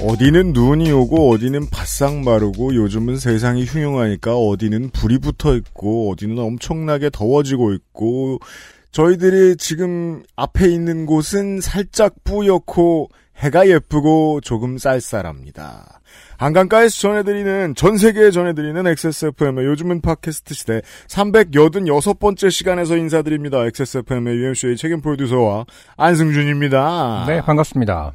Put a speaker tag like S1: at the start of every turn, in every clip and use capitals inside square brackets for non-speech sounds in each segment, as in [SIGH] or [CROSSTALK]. S1: 어디는 눈이 오고 어디는 바싹 마르고 요즘은 세상이 흉흉하니까 어디는 불이 붙어 있고 어디는 엄청나게 더워지고 있고 저희들이 지금 앞에 있는 곳은 살짝 뿌옇고 해가 예쁘고 조금 쌀쌀합니다. 안강가에서 전해드리는 전 세계에 전해드리는 XSFM의 요즘은 팟캐스트 시대 386번째 시간에서 인사드립니다. XSFM의 UMC의 책임 프로듀서와 안승준입니다.
S2: 네, 반갑습니다.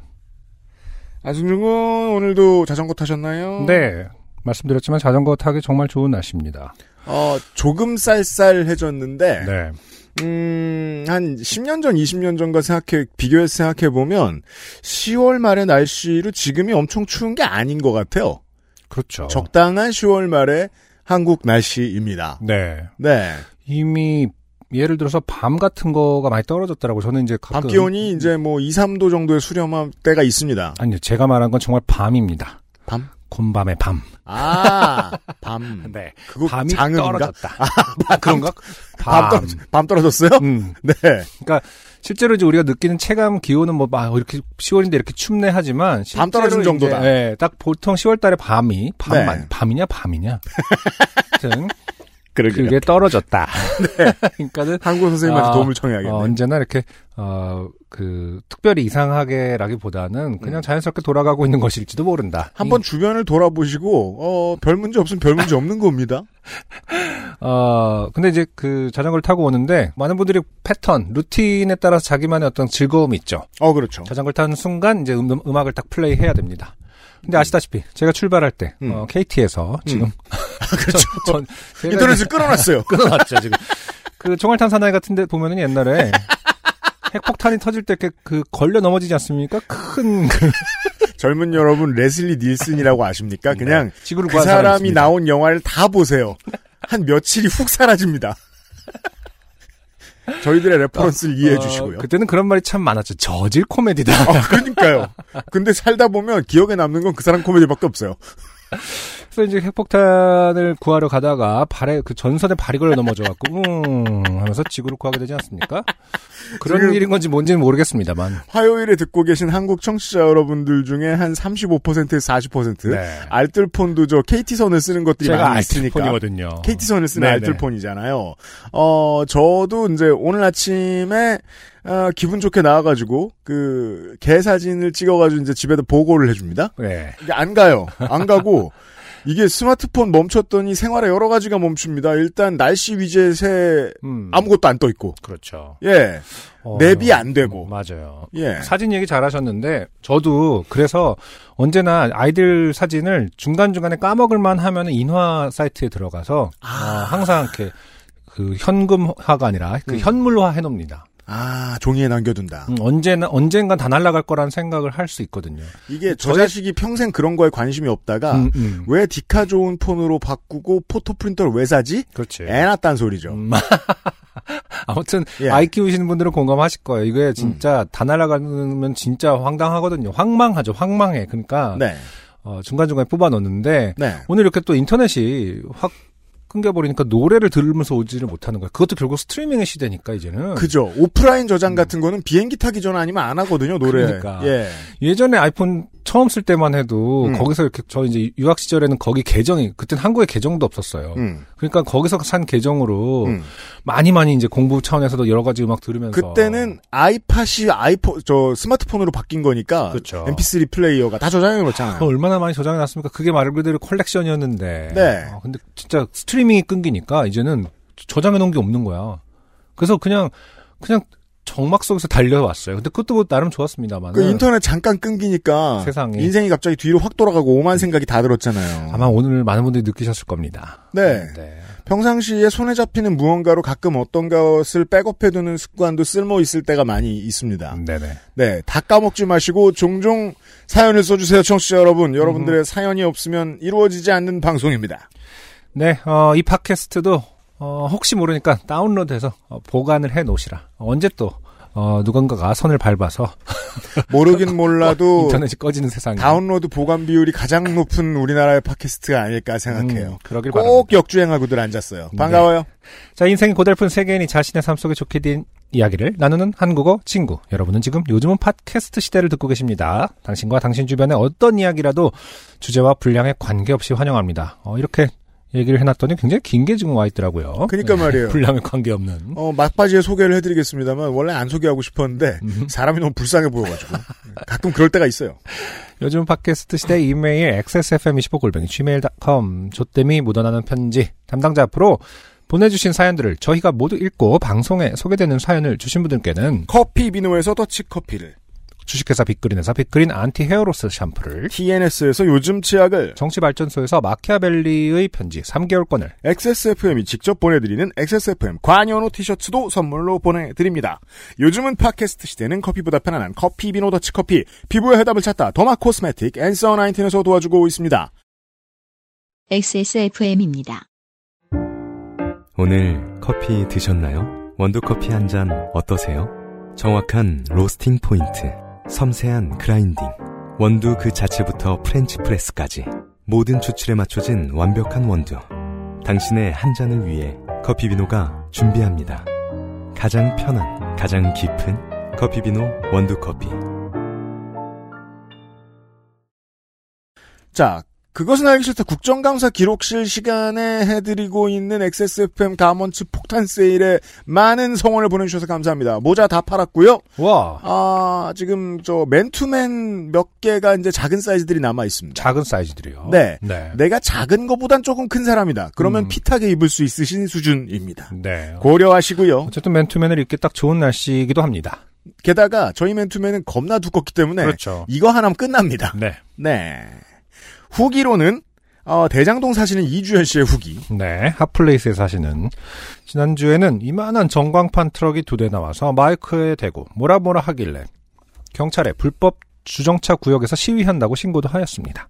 S1: 안승준 군 오늘도 자전거 타셨나요?
S2: 네, 말씀드렸지만 자전거 타기 정말 좋은 날씨입니다.
S1: 어, 조금 쌀쌀해졌는데
S2: 네.
S1: 음, 한 10년 전, 20년 전과 생각해, 비교해서 생각해보면, 10월 말의 날씨로 지금이 엄청 추운 게 아닌 것 같아요.
S2: 그렇죠.
S1: 적당한 10월 말의 한국 날씨입니다.
S2: 네.
S1: 네.
S2: 이미 예를 들어서 밤 같은 거가 많이 떨어졌더라고요. 저는 이제 가끔
S1: 밤 기온이 이제 뭐 2, 3도 정도의 수렴한 때가 있습니다.
S2: 아니요. 제가 말한 건 정말 밤입니다.
S1: 밤?
S2: 곤밤의 밤.
S1: 아,
S2: [LAUGHS]
S1: 밤.
S2: 네.
S1: 그거
S2: 밤이
S1: 장음인가?
S2: 떨어졌다. 아, 그런가?
S1: [LAUGHS] 밤,
S2: 밤.
S1: 떨어졌, 밤 떨어졌어요? [LAUGHS]
S2: 음.
S1: 네.
S2: 실제로 이제 우리가 느끼는 체감 기온은 뭐 막 이렇게 10월인데 이렇게 춥네 하지만
S1: 밤 떨어진
S2: 실제로 이제,
S1: 정도다.
S2: 예, 딱 보통 10월달에 밤이
S1: 네.
S2: 밤만 밤이냐
S1: [LAUGHS]
S2: 밤이냐. 하여튼
S1: 그러게요. 네.
S2: 그게 떨어졌다. [LAUGHS] 그러니까는
S1: 한국 선생님한테
S2: 아,
S1: 도움을 청해야겠네요.
S2: 어, 언제나 이렇게 어 그 특별히 이상하게라기보다는 그냥 자연스럽게 돌아가고 있는 것일지도 모른다.
S1: 음. 한번 주변을 돌아보시고, 어, 별 문제 없으면 별 문제 없는 겁니다.
S2: 어 근데 이제 그 자전거를 타고 오는데 많은 분들이 패턴 루틴에 따라서 자기만의 어떤 즐거움이 있죠.
S1: 어, 그렇죠.
S2: 자전거를 타는 순간 이제 음, 악을딱 플레이해야 됩니다. 근데 아시다시피 제가 출발할 때
S1: 음.
S2: 어, KT에서 지금
S1: [LAUGHS]
S2: 전, 전 [LAUGHS] 제가
S1: 아, 그렇죠. 인터넷을 끌어놨어요.
S2: [LAUGHS] 끊어놨죠 지금 그 총알탄 사나이 같은데 보면은
S1: [LAUGHS]
S2: 옛날에 핵폭탄이 터질 때 그 걸려 넘어지지 않습니까? 큰 그,
S1: 젊은 여러분 레슬리 닐슨이라고 아십니까? 그냥
S2: 네. 지구를
S1: 그
S2: 구한
S1: 사람이
S2: 있습니다.
S1: 나온 영화를 다 보세요. 한 며칠이
S2: [LAUGHS]
S1: 훅 사라집니다. 저희들의 레퍼런스를 이해해
S2: 어,
S1: 주시고요.
S2: 그때는 그런 말이 참 많았죠. 저질
S1: [LAUGHS]
S2: 코미디다.
S1: 아, 그러니까요. 근데 살다 보면 기억에 남는 건 그 사람 코미디밖에 없어요.
S2: 그래서 이제 핵폭탄을 구하러 가다가 발에 그 전선에 발이 걸려 넘어져갖고 웅 하면서 지구를 구하게 되지 않습니까? 그런
S1: 지금-
S2: 일인 건지 뭔지는 모르겠습니다만.
S1: 화요일에 듣고 계신 한국 청취자 여러분들 중에 한 35%에서 40%
S2: 네.
S1: 알뜰폰도 저 KT선을 쓰는 것들이
S2: 제가
S1: 많이 있으니까 어.
S2: 알뜰폰이거든요.
S1: KT선을 쓰는
S2: 네네.
S1: 알뜰폰이잖아요. 어, 저도 이제 오늘 아침에, 어, 기분 좋게 나와가지고, 그, 개 사진을 찍어가지고 이제 집에다 보고를 해줍니다.
S2: 네.
S1: 이게 안 가요. 안 가고, 이게 스마트폰 멈췄더니 생활의 여러 가지가 멈춥니다. 일단 날씨 위젯에
S2: 음.
S1: 아무것도 안 떠있고,
S2: 그렇죠.
S1: 예,
S2: 어,
S1: 랩이 안 되고,
S2: 맞아요.
S1: 예.
S2: 사진 얘기 잘하셨는데 저도 그래서 언제나 아이들 사진을 중간 중간에 까먹을만 하면 인화 사이트에 들어가서 어, 항상 이렇게 그 현금화가 아니라 그 현물화 해놉니다.
S1: 아, 종이에 남겨둔다.
S2: 음, 언제나 언젠간 다 날라갈 거라는 생각을 할 수 있거든요.
S1: 이게 저
S2: 저의-
S1: 자식이 평생 그런 거에 관심이 없다가,
S2: 음, 음.
S1: 왜 디카 좋은 폰으로 바꾸고 포토 프린터를 왜 사지?
S2: 그렇지.
S1: 애나 딴 소리죠.
S2: 음. 아무튼
S1: 예. 음.
S2: 아이 키우시는 분들은 공감하실 거예요. 이게 진짜 다 날아가면 진짜 황당하거든요. 황망하죠. 황망해. 그러니까
S1: 네.
S2: 어, 중간 중간에 뽑아 넣는데
S1: 네.
S2: 오늘 이렇게 또 인터넷이 확 끊겨버리니까 노래를 들으면서 오지를 못하는 거야. 그것도 결국 스트리밍의 시대니까 이제는
S1: 그죠. 오프라인 저장 같은 거는 비행기 타기 전 아니면 안 하거든요, 노래.
S2: 그러니까.
S1: 예.
S2: 예전에 아이폰 처음 쓸 때만 해도
S1: 음.
S2: 거기서 이렇게 저 이제 유학 시절에는 거기 계정이 그땐 한국에 계정도 없었어요.
S1: 음.
S2: 그러니까 거기서 산 계정으로
S1: 음.
S2: 많이 많이 이제 공부 차원에서도 여러 가지 음악 들으면서
S1: 그때는 아이팟이 아이폰, 저 스마트폰으로 바뀐 거니까.
S2: 그렇죠.
S1: MP3 플레이어가 다 저장해
S2: 그거
S1: 놓잖아요.
S2: 얼마나 많이 저장해 놨습니까? 그게 말 그대로 컬렉션이었는데.
S1: 네.
S2: 어, 근데 진짜 스트리밍이 끊기니까 이제는 저장해 놓은 게 없는 거야. 그래서 그냥 그냥 정막 속에서 달려왔어요. 근데 그것도 뭐 나름 좋았습니다만.
S1: 그 인터넷 잠깐 끊기니까
S2: 세상에.
S1: 인생이 갑자기 뒤로 확 돌아가고 오만 생각이 다 들었잖아요.
S2: 아마 오늘 많은 분들이 느끼셨을 겁니다.
S1: 네.
S2: 네.
S1: 평상시에 손에 잡히는 무언가로 가끔 어떤 것을 백업해두는 습관도 쓸모 있을 때가 많이 있습니다.
S2: 네네.
S1: 네, 다 까먹지 마시고 종종 사연을 써주세요, 청취자 여러분. 여러분들의 사연이 없으면 이루어지지 않는 방송입니다.
S2: 네, 어, 이 팟캐스트도 어, 혹시 모르니까 다운로드해서 어, 보관을 해 놓으시라. 언제 또 어, 누군가가 선을 밟아서
S1: [LAUGHS] 모르긴 몰라도
S2: 인터넷이 꺼지는 세상에
S1: 다운로드 보관 비율이 가장 높은 우리나라의 팟캐스트가 아닐까
S2: 음,
S1: 생각해요.
S2: 그러길
S1: 꼭
S2: 바랍니다.
S1: 역주행하고들 앉았어요. 반가워요.
S2: 자, 인생이 고달픈 세계인이 자신의 삶 속에 좋게 된 이야기를 나누는 한국어 친구. 여러분은 지금 요즘은 팟캐스트 시대를 듣고 계십니다. 당신과 당신 주변의 어떤 이야기라도 주제와 분량에 관계없이 환영합니다. 어, 이렇게 얘기를 해놨더니 굉장히 긴 게 지금 와 있더라고요.
S1: 그러니까 말이에요.
S2: 분량에 관계없는.
S1: 어, 막바지에 소개를 해드리겠습니다만 원래 안 소개하고 싶었는데
S2: 음.
S1: 사람이 너무 불쌍해 [LAUGHS] 보여가지고 가끔 그럴 때가 있어요.
S2: 요즘 팟캐스트 시대 이메일 xsfm25골뱅이 gmail.com 조땜이 묻어나는 편지 담당자 앞으로 보내주신 사연들을 저희가 모두 읽고 방송에 소개되는 사연을 주신 분들께는
S1: 커피 비누에서 더치커피를
S2: 주식회사 빅그린에서 빅그린 안티 헤어로스 샴푸를
S1: TNS에서 요즘 치약을
S2: 정치발전소에서 마키아벨리의 편지 3개월권을
S1: XSFM이 직접 보내드리는 XSFM 관여노 티셔츠도 선물로 보내드립니다. 요즘은 팟캐스트 시대는 커피보다 편안한 커피 비노 더치커피 피부의 해답을 찾다 더마 코스메틱 앤서 19에서 도와주고 있습니다.
S3: XSFM입니다.
S4: 오늘 커피 드셨나요? 원두커피 한 잔 어떠세요? 정확한 로스팅 포인트, 섬세한 그라인딩, 원두 그 자체부터 프렌치 프레스까지 모든 추출에 맞춰진 완벽한 원두. 당신의 한 잔을 위해 커피비노가 준비합니다. 가장 편한, 가장 깊은 커피비노 원두커피.
S1: 자, 그것은 알기 싫다 국정감사 기록실 시간에 해드리고 있는 XSFM 가먼츠 폭탄 세일에 많은 성원을 보내주셔서 감사합니다. 모자 다 팔았고요.
S2: 와
S1: 아, 지금 저 맨투맨 몇 개가 이제 작은 사이즈들이 남아 있습니다.
S2: 작은 사이즈들이요.
S1: 네.
S2: 네.
S1: 내가 작은 거보단 조금 큰 사람이다. 그러면
S2: 음.
S1: 핏하게 입을 수 있으신 수준입니다.
S2: 네.
S1: 고려하시고요.
S2: 어쨌든 맨투맨을 입기 딱 좋은 날씨이기도 합니다.
S1: 게다가 저희 맨투맨은 겁나 두껍기 때문에
S2: 그렇죠.
S1: 이거 하나면 끝납니다.
S2: 네.
S1: 네. 후기로는 어, 대장동 사시는 이주연 씨의 후기.
S2: 네, 핫플레이스에 사시는 지난주에는 이만한 전광판 트럭이 두 대 나와서 마이크에 대고 뭐라 뭐라 하길래 경찰에 불법 주정차 구역에서 시위한다고 신고도 하였습니다.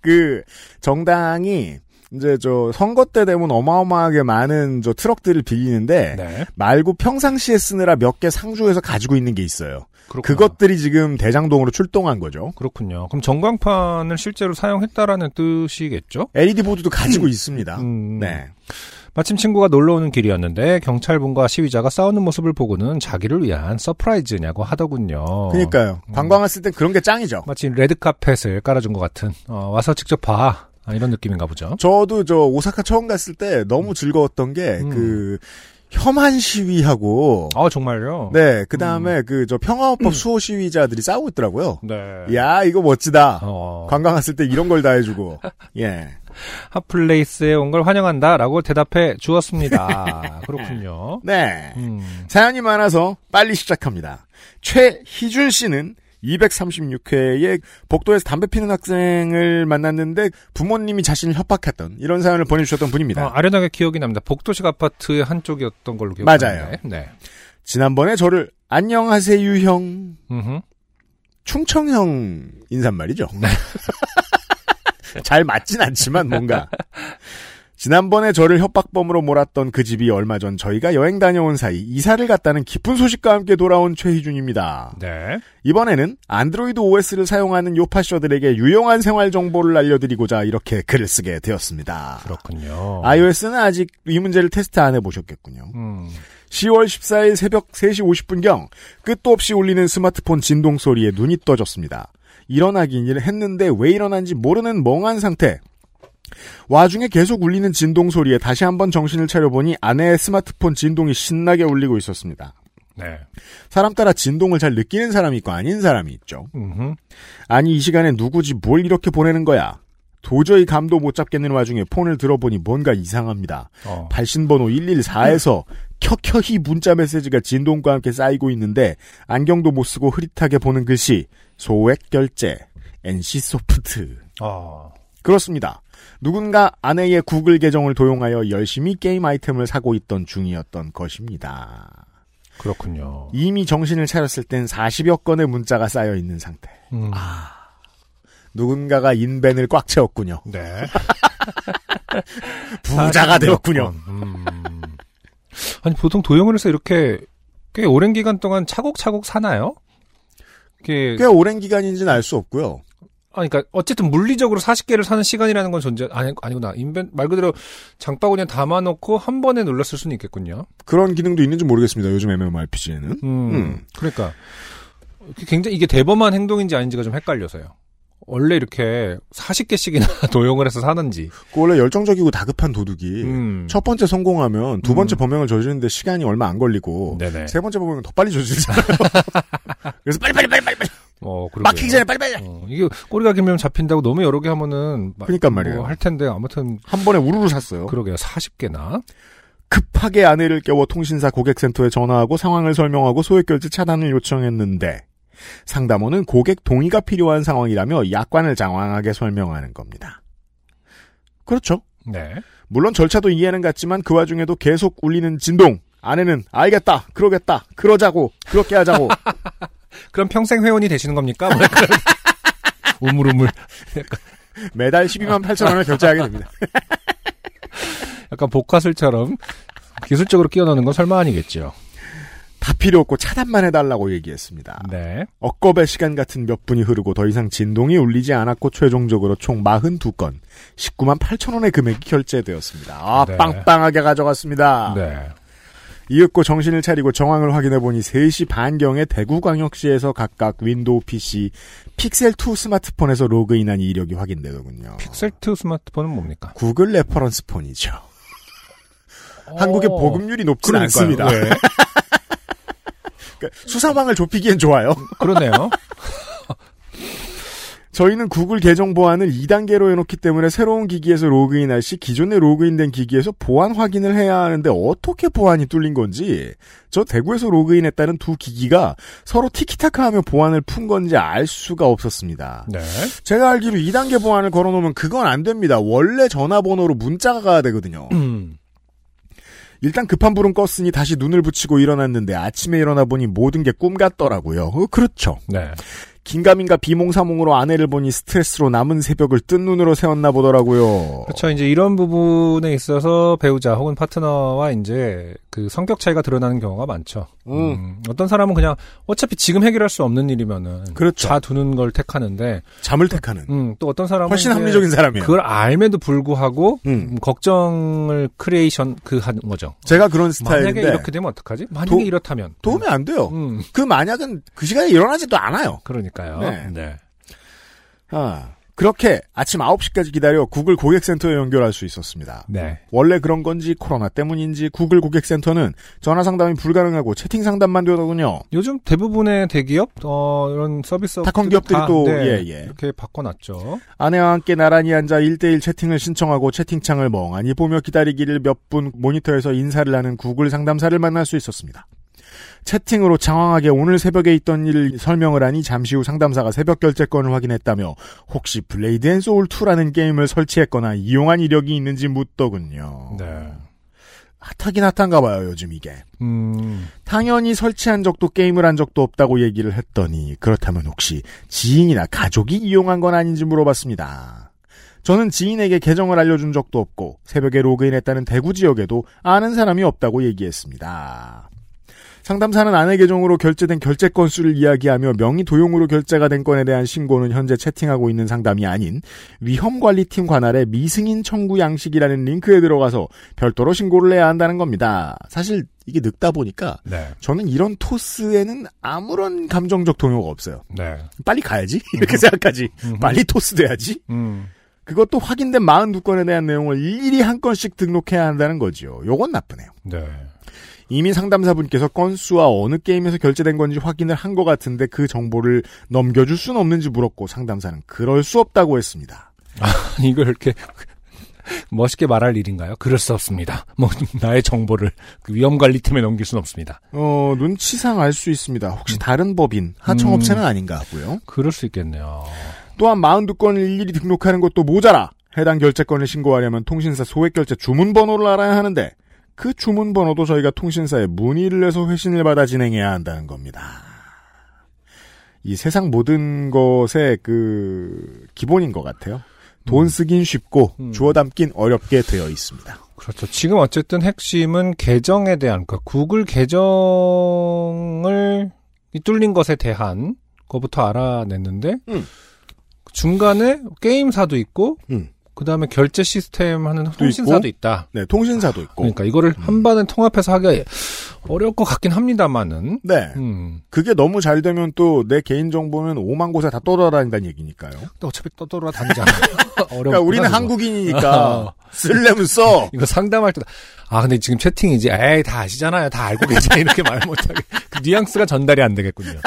S1: 그 정당이 이제 저 선거 때 되면 어마어마하게 많은 저 트럭들을 빌리는데
S2: 네,
S1: 말고 평상시에 쓰느라 몇 개 상주에서 가지고 있는 게 있어요.
S2: 그렇군요.
S1: 그것들이 지금 대장동으로 출동한 거죠.
S2: 그렇군요. 그럼 전광판을 실제로 사용했다라는 뜻이겠죠?
S1: LED 보드도 가지고 있습니다.
S2: 음,
S1: 네.
S2: 마침 친구가 놀러 오는 길이었는데 경찰분과 시위자가 싸우는 모습을 보고는 자기를 위한 서프라이즈냐고 하더군요.
S1: 그러니까요.
S2: 음.
S1: 관광 왔을 땐 그런 게 짱이죠.
S2: 마치 레드 카펫을 깔아준 것 같은 어, 와서 직접 봐 아, 이런 느낌인가 보죠.
S1: 저도 저 오사카 처음 갔을 때 너무 즐거웠던 게
S2: 음.
S1: 그 혐한 시위하고
S2: 아 정말요?
S1: 네, 그다음에 그 저 평화헌법 수호 시위자들이 싸우고 있더라고요.
S2: 음. 네.
S1: 야, 이거 멋지다.
S2: 어,
S1: 관광 왔을 때 이런 걸 다 해주고. 예.
S2: 핫플레이스에 온 걸 환영한다라고 대답해
S1: [LAUGHS]
S2: 주었습니다. 그렇군요.
S1: 네.
S2: 음,
S1: 사연이 많아서 빨리 시작합니다. 최희준 씨는 236회에 복도에서 담배 피는 학생을 만났는데 부모님이 자신을 협박했던 이런 사연을 보내주셨던
S2: 어,
S1: 분입니다.
S2: 아련하게 기억이 납니다. 복도식 아파트의 한쪽이었던 걸로 기억하는데. 네.
S1: 지난번에 저를 안녕하세요 형
S2: 음흠.
S1: 충청형 인사말이죠.
S2: 네.
S1: [LAUGHS] 잘 맞진 않지만 뭔가. 지난번에 저를 협박범으로 몰았던 그 집이 얼마 전 저희가 여행 다녀온 사이 이사를 갔다는 기쁜 소식과 함께 돌아온 최희준입니다.
S2: 네.
S1: 이번에는 안드로이드 OS를 사용하는 요파셔들에게 유용한 생활 정보를 알려드리고자 이렇게 글을 쓰게 되었습니다.
S2: 그렇군요.
S1: iOS는 아직 이 문제를 테스트 안 해보셨겠군요.
S2: 음,
S1: 10월 14일 새벽 3시 50분경 끝도 없이 울리는 스마트폰 진동 소리에 눈이 떠졌습니다. 일어나긴 했는데 왜 일어난지 모르는 멍한 상태. 와중에 계속 울리는 진동 소리에 다시 한번 정신을 차려보니 아내의 스마트폰 진동이 신나게 울리고 있었습니다.
S2: 네.
S1: 사람 따라 진동을 잘 느끼는 사람이 있고 아닌 사람이 있죠.
S2: 음흠.
S1: 아니 이 시간에 누구지 뭘 이렇게 보내는 거야. 도저히 감도 못 잡겠는 와중에 폰을 들어보니 뭔가 이상합니다.
S2: 어.
S1: 발신번호 114에서 켜켜이 문자 메시지가 진동과 함께 쌓이고 있는데 안경도 못 쓰고 흐릿하게 보는 글씨 소액 결제 NC 소프트
S2: 어.
S1: 그렇습니다. 누군가 아내의 구글 계정을 도용하여 열심히 게임 아이템을 사고 있던 중이었던 것입니다.
S2: 그렇군요.
S1: 이미 정신을 차렸을 땐 40여 건의 문자가 쌓여 있는 상태.
S2: 음.
S1: 누군가가 인벤을 꽉 채웠군요.
S2: 네.
S1: 부자가 되었군요.
S2: 음. 아니 보통 도형원에서 이렇게 꽤 오랜 기간 동안 차곡차곡 사나요? 이게
S1: 꽤 오랜 기간인지는 알 수 없고요.
S2: 아니 그러니까 어쨌든 물리적으로 40개를 사는 시간이라는 건 존재 아니 아니구나. 인벤 말 그대로 장바구니에 담아 놓고 한 번에 눌렀을 수는 있겠군요.
S1: 그런 기능도 있는지 모르겠습니다. 요즘 MMORPG에는.
S2: 음.
S1: 음.
S2: 그러니까 이게 굉장히 이게 대범한 행동인지 아닌지가 좀 헷갈려서요. 원래 이렇게 40개씩이나 [LAUGHS] 도용을 해서 사는지.
S1: 그 원래 열정적이고 다급한 도둑이
S2: 음.
S1: 첫 번째 성공하면 두 번째
S2: 음.
S1: 범행을 저지르는데 시간이 얼마 안 걸리고
S2: 네네.
S1: 세 번째 범행은 더
S2: [LAUGHS]
S1: 빨리 저지르잖아요. 그래서 빨리빨리 빨리빨리 빨리
S2: 어, 그러게요.
S1: 막히기 전에 [LAUGHS] 빨리빨리
S2: 어, 이게 꼬리가 길면 잡힌다고 너무 여러 개 하면은 막
S1: 그러니까
S2: 뭐
S1: 말이에요. 그렇죠.
S2: 할 텐데 아무튼
S1: 한 번에 우르르 샀어요.
S2: 그러게요. 40개나.
S1: 급하게 아내를 깨워 통신사 고객센터에 전화하고 상황을 설명하고 소액결제 차단을 요청했는데 상담원은 고객 동의가 필요한 상황이라며 약관을 장황하게 설명하는 겁니다. 그렇죠. [LAUGHS]
S2: 네.
S1: 물론 절차도 이해는 갔지만 그 와중에도 계속 울리는 진동. 아내는 알겠다, 그러겠다, 그러자고, 그렇게 하자고.
S2: 그럼 평생 회원이 되시는 겁니까? 뭐 약간 [LAUGHS] 우물우물.
S1: 매달 12만 8천 원을 결제하게 됩니다.
S2: 약간 복화술처럼 기술적으로 끼어넣는 건 설마 아니겠죠.
S1: 다 필요 없고 차단만 해달라고 얘기했습니다.
S2: 네.
S1: 억겁의 시간 같은 몇 분이 흐르고 더 이상 진동이 울리지 않았고 최종적으로 총 42건, 19만 8천 원의 금액이 결제되었습니다. 아,
S2: 네.
S1: 빵빵하게 가져갔습니다.
S2: 네.
S1: 이윽고 정신을 차리고 정황을 확인해보니 3시 반경에 대구광역시에서 각각 윈도우 PC, 픽셀2 스마트폰에서 로그인한 이력이 확인되더군요.
S2: 셀트 스마트폰은 뭡니까?
S1: 구글 레퍼런스 폰이죠. 한국의
S2: 어,
S1: 보급률이 높진
S2: 그러니까요.
S1: 않습니다.
S2: 네.
S1: 그러니까 수사망을 좁히기엔 좋아요. [LAUGHS]
S2: 그러네요.
S1: 저희는 구글 계정 보안을 2단계로 해놓기 때문에 새로운 기기에서 로그인할 시 기존에 로그인된 기기에서 보안 확인을 해야 하는데 어떻게 보안이 뚫린 건지 저 대구에서 로그인했다는 두 기기가 서로 티키타카하며 보안을 푼 건지 알 수가 없었습니다.
S2: 네.
S1: 제가 알기로 2단계 보안을 걸어놓으면 그건 안 됩니다. 원래 전화번호로 문자가 가야 되거든요.
S2: 음.
S1: 일단 급한 불은 껐으니 다시 눈을 붙이고 일어났는데 아침에 일어나 보니 모든 게 꿈 같더라고요. 어, 그렇죠.
S2: 네.
S1: 긴가민가 비몽사몽으로 아내를 보니 스트레스로 남은 새벽을 뜬 눈으로 세웠나 보더라고요.
S2: 그렇죠. 이제 이런 부분에 있어서 배우자 혹은 파트너와 이제 그 성격 차이가 드러나는 경우가 많죠. 음, 어떤 사람은 그냥 어차피 지금 해결할 수 없는 일이면은
S1: 그렇죠.
S2: 좌두는 걸 택하는데
S1: 잠을 택하는
S2: 음, 또 어떤 사람은
S1: 훨씬
S2: 이제
S1: 합리적인 사람이에요.
S2: 그걸 알매도 불구하고
S1: 음.
S2: 음, 걱정을 크리에이션 그 하는 거죠.
S1: 제가 그런
S2: 만약에
S1: 스타일인데
S2: 이렇게 음. 되면 어떡하지? 만약에
S1: 도-
S2: 이렇다면
S1: 도움이 안 돼요.
S2: 음,
S1: 그 만약은 그 시간에 일어나지도 않아요.
S2: 그러니까요.
S1: 네.
S2: 네.
S1: 아, 그렇게 아침 9시까지 기다려 구글 고객센터에 연결할 수 있었습니다.
S2: 네.
S1: 원래 그런 건지 코로나 때문인지 구글 고객센터는 전화 상담이 불가능하고 채팅 상담만 되더군요.
S2: 요즘 대부분의 대기업 어 이런 서비스
S1: 닷컴
S2: 업체들이
S1: 기업들이
S2: 다,
S1: 또,
S2: 네,
S1: 예, 예.
S2: 이렇게 바꿔놨죠.
S1: 아내와 함께 나란히 앉아 1대1 채팅을 신청하고 채팅창을 멍하니 보며 기다리기를 몇 분 모니터에서 인사를 하는 구글 상담사를 만날 수 있었습니다. 채팅으로 장황하게 오늘 새벽에 있던 일을 설명을 하니 잠시 후 상담사가 새벽 결제권을 확인했다며 혹시 블레이드 앤 소울 2라는 게임을 설치했거나 이용한 이력이 있는지 묻더군요.
S2: 네.
S1: 핫하긴 핫한가 봐요, 요즘 이게.
S2: 음.
S1: 당연히 설치한 적도 게임을 한 적도 없다고 얘기를 했더니 그렇다면 혹시 지인이나 가족이 이용한 건 아닌지 물어봤습니다. 저는 지인에게 계정을 알려준 적도 없고 새벽에 로그인했다는 대구 지역에도 아는 사람이 없다고 얘기했습니다. 상담사는 아내 계정으로 결제된 결제 건수를 이야기하며 명의 도용으로 결제가 된 건에 대한 신고는 현재 채팅하고 있는 상담이 아닌 위험관리팀 관할의 미승인 청구 양식이라는 링크에 들어가서 별도로 신고를 해야 한다는 겁니다. 사실 이게 늙다 보니까
S2: 네.
S1: 저는 이런 토스에는 아무런 감정적 동요가 없어요.
S2: 네.
S1: 빨리 가야지. [LAUGHS] 이렇게 생각하지. 빨리 토스돼야지.
S2: 음.
S1: 그것도 확인된 42건에 대한 내용을 일일이 한 건씩 등록해야 한다는 거지요. 요건 나쁘네요.
S2: 네. [LAUGHS]
S1: 이미 상담사분께서 건수와 어느 게임에서 결제된 건지 확인을 한 것 같은데 그 정보를 넘겨줄 수는 없는지 물었고 상담사는 그럴 수 없다고 했습니다.
S2: 이걸 이렇게 멋있게 말할 일인가요? 그럴 수 없습니다. 뭐 나의 정보를 그 위험관리팀에 넘길 수는 없습니다.
S1: 어, 눈치상 알 수 있습니다. 혹시 다른 법인, 하청업체는 아닌가 하고요.
S2: 그럴 수 있겠네요.
S1: 또한 42건을 일일이 등록하는 것도 모자라 해당 결제건을 신고하려면 통신사 소액결제 주문번호를 알아야 하는데 그 주문번호도 저희가 통신사에 문의를 해서 회신을 받아 진행해야 한다는 겁니다. 이 세상 모든 것의 그 기본인 것 같아요.
S2: 음.
S1: 돈 쓰긴 쉽고 주워 담긴 어렵게 되어 있습니다.
S2: 그렇죠. 지금 어쨌든 핵심은 계정에 대한, 그러니까 구글 계정을 이 뚫린 것에 대한 거부터 알아냈는데,
S1: 음.
S2: 중간에 게임사도 있고,
S1: 음.
S2: 그 다음에 결제 시스템 하는 통신사도 있다.
S1: 네, 통신사도 있고.
S2: 그러니까 이거를 한 번에 통합해서 하기가 어려울 것 같긴 합니다만은,
S1: 네.
S2: 음.
S1: 그게 너무 잘 되면 또 내 개인정보는 오만 곳에 다 떠돌아다닌다는 얘기니까요.
S2: 또 어차피 또 [LAUGHS] 돌아다니잖아. 어려워.
S1: 그러니까 우리는
S2: [LAUGHS] 아.
S1: 한국인이니까 쓸려면 써.
S2: 이거 상담할 때, 아, 근데 지금 채팅이지. 에이, 다 아시잖아요. 다 알고 계세요. 이렇게 말 못하게. 그 뉘앙스가 전달이 안 되겠군요.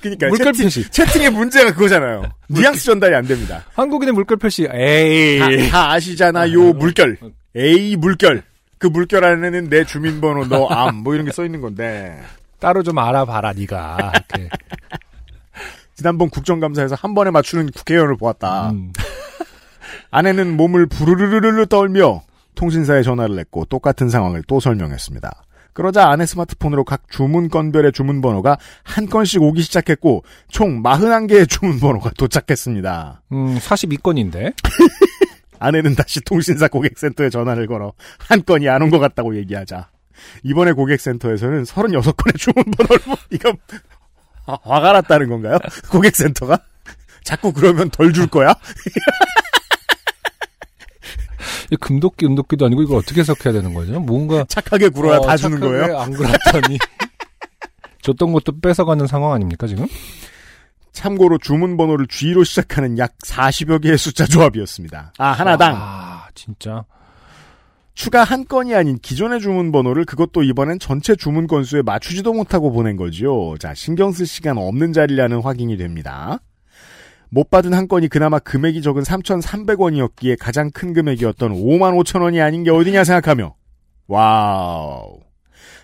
S1: 그러니까
S2: 물결
S1: 채팅,
S2: 표시.
S1: 채팅의 문제가
S2: [LAUGHS]
S1: 그거잖아요. 뉘앙스 전달이 안 됩니다.
S2: 한국인의 물결 표시. 에이.
S1: 다,
S2: 예.
S1: 다 아시잖아요. 물결.
S2: 어.
S1: A 물결. 그 물결 안에는 내 주민번호, 너 암, 뭐 이런 게 써 있는 건데.
S2: 따로 좀 알아봐라, 네가 이렇게.
S1: 지난번 국정감사에서 한 번에 맞추는 국회의원을 보았다.
S2: 음.
S1: 아내는 몸을 부르르르르 떨며 통신사에 전화를 했고 똑같은 상황을 또 설명했습니다. 그러자 아내 스마트폰으로 각 주문 건별의 주문 번호가 한 건씩 오기 시작했고 총 41개의 주문 번호가 [LAUGHS] 도착했습니다.
S2: 음, 42건인데.
S1: 아내는 다시 통신사 고객센터에 전화를 걸어 한 건이 안 온 것 같다고 얘기하자. 이번에 고객센터에서는 36건의 주문 번호를 보- 이거 화- 화가 났다는 건가요? 고객센터가 자꾸 그러면 덜 줄 거야?
S2: 금도끼, 은도끼도 아니고 이걸 어떻게 해석해야 되는 거죠? 뭔가.
S1: 착하게 굴어야
S2: 어,
S1: 다 주는
S2: 착하게
S1: 거예요?
S2: 안 [LAUGHS] 그랬더니. 줬던 것도 뺏어가는 상황 아닙니까, 지금?
S1: 참고로 주문 번호를 G로 시작하는 약 40여 개의 숫자 조합이었습니다. 아, 하나당
S2: 아, 진짜.
S1: 추가 한 건이 아닌 기존의 주문 번호를 그것도 이번엔 전체 주문 건수에 맞추지도 못하고 보낸 거지요. 자, 신경 쓸 시간 없는 자리라는 확인이 됩니다. 못 받은 한 건이 그나마 금액이 적은 3,300원이었기에 가장 큰 금액이었던 5만 5천 원이 아닌 게 어디냐 생각하며 와우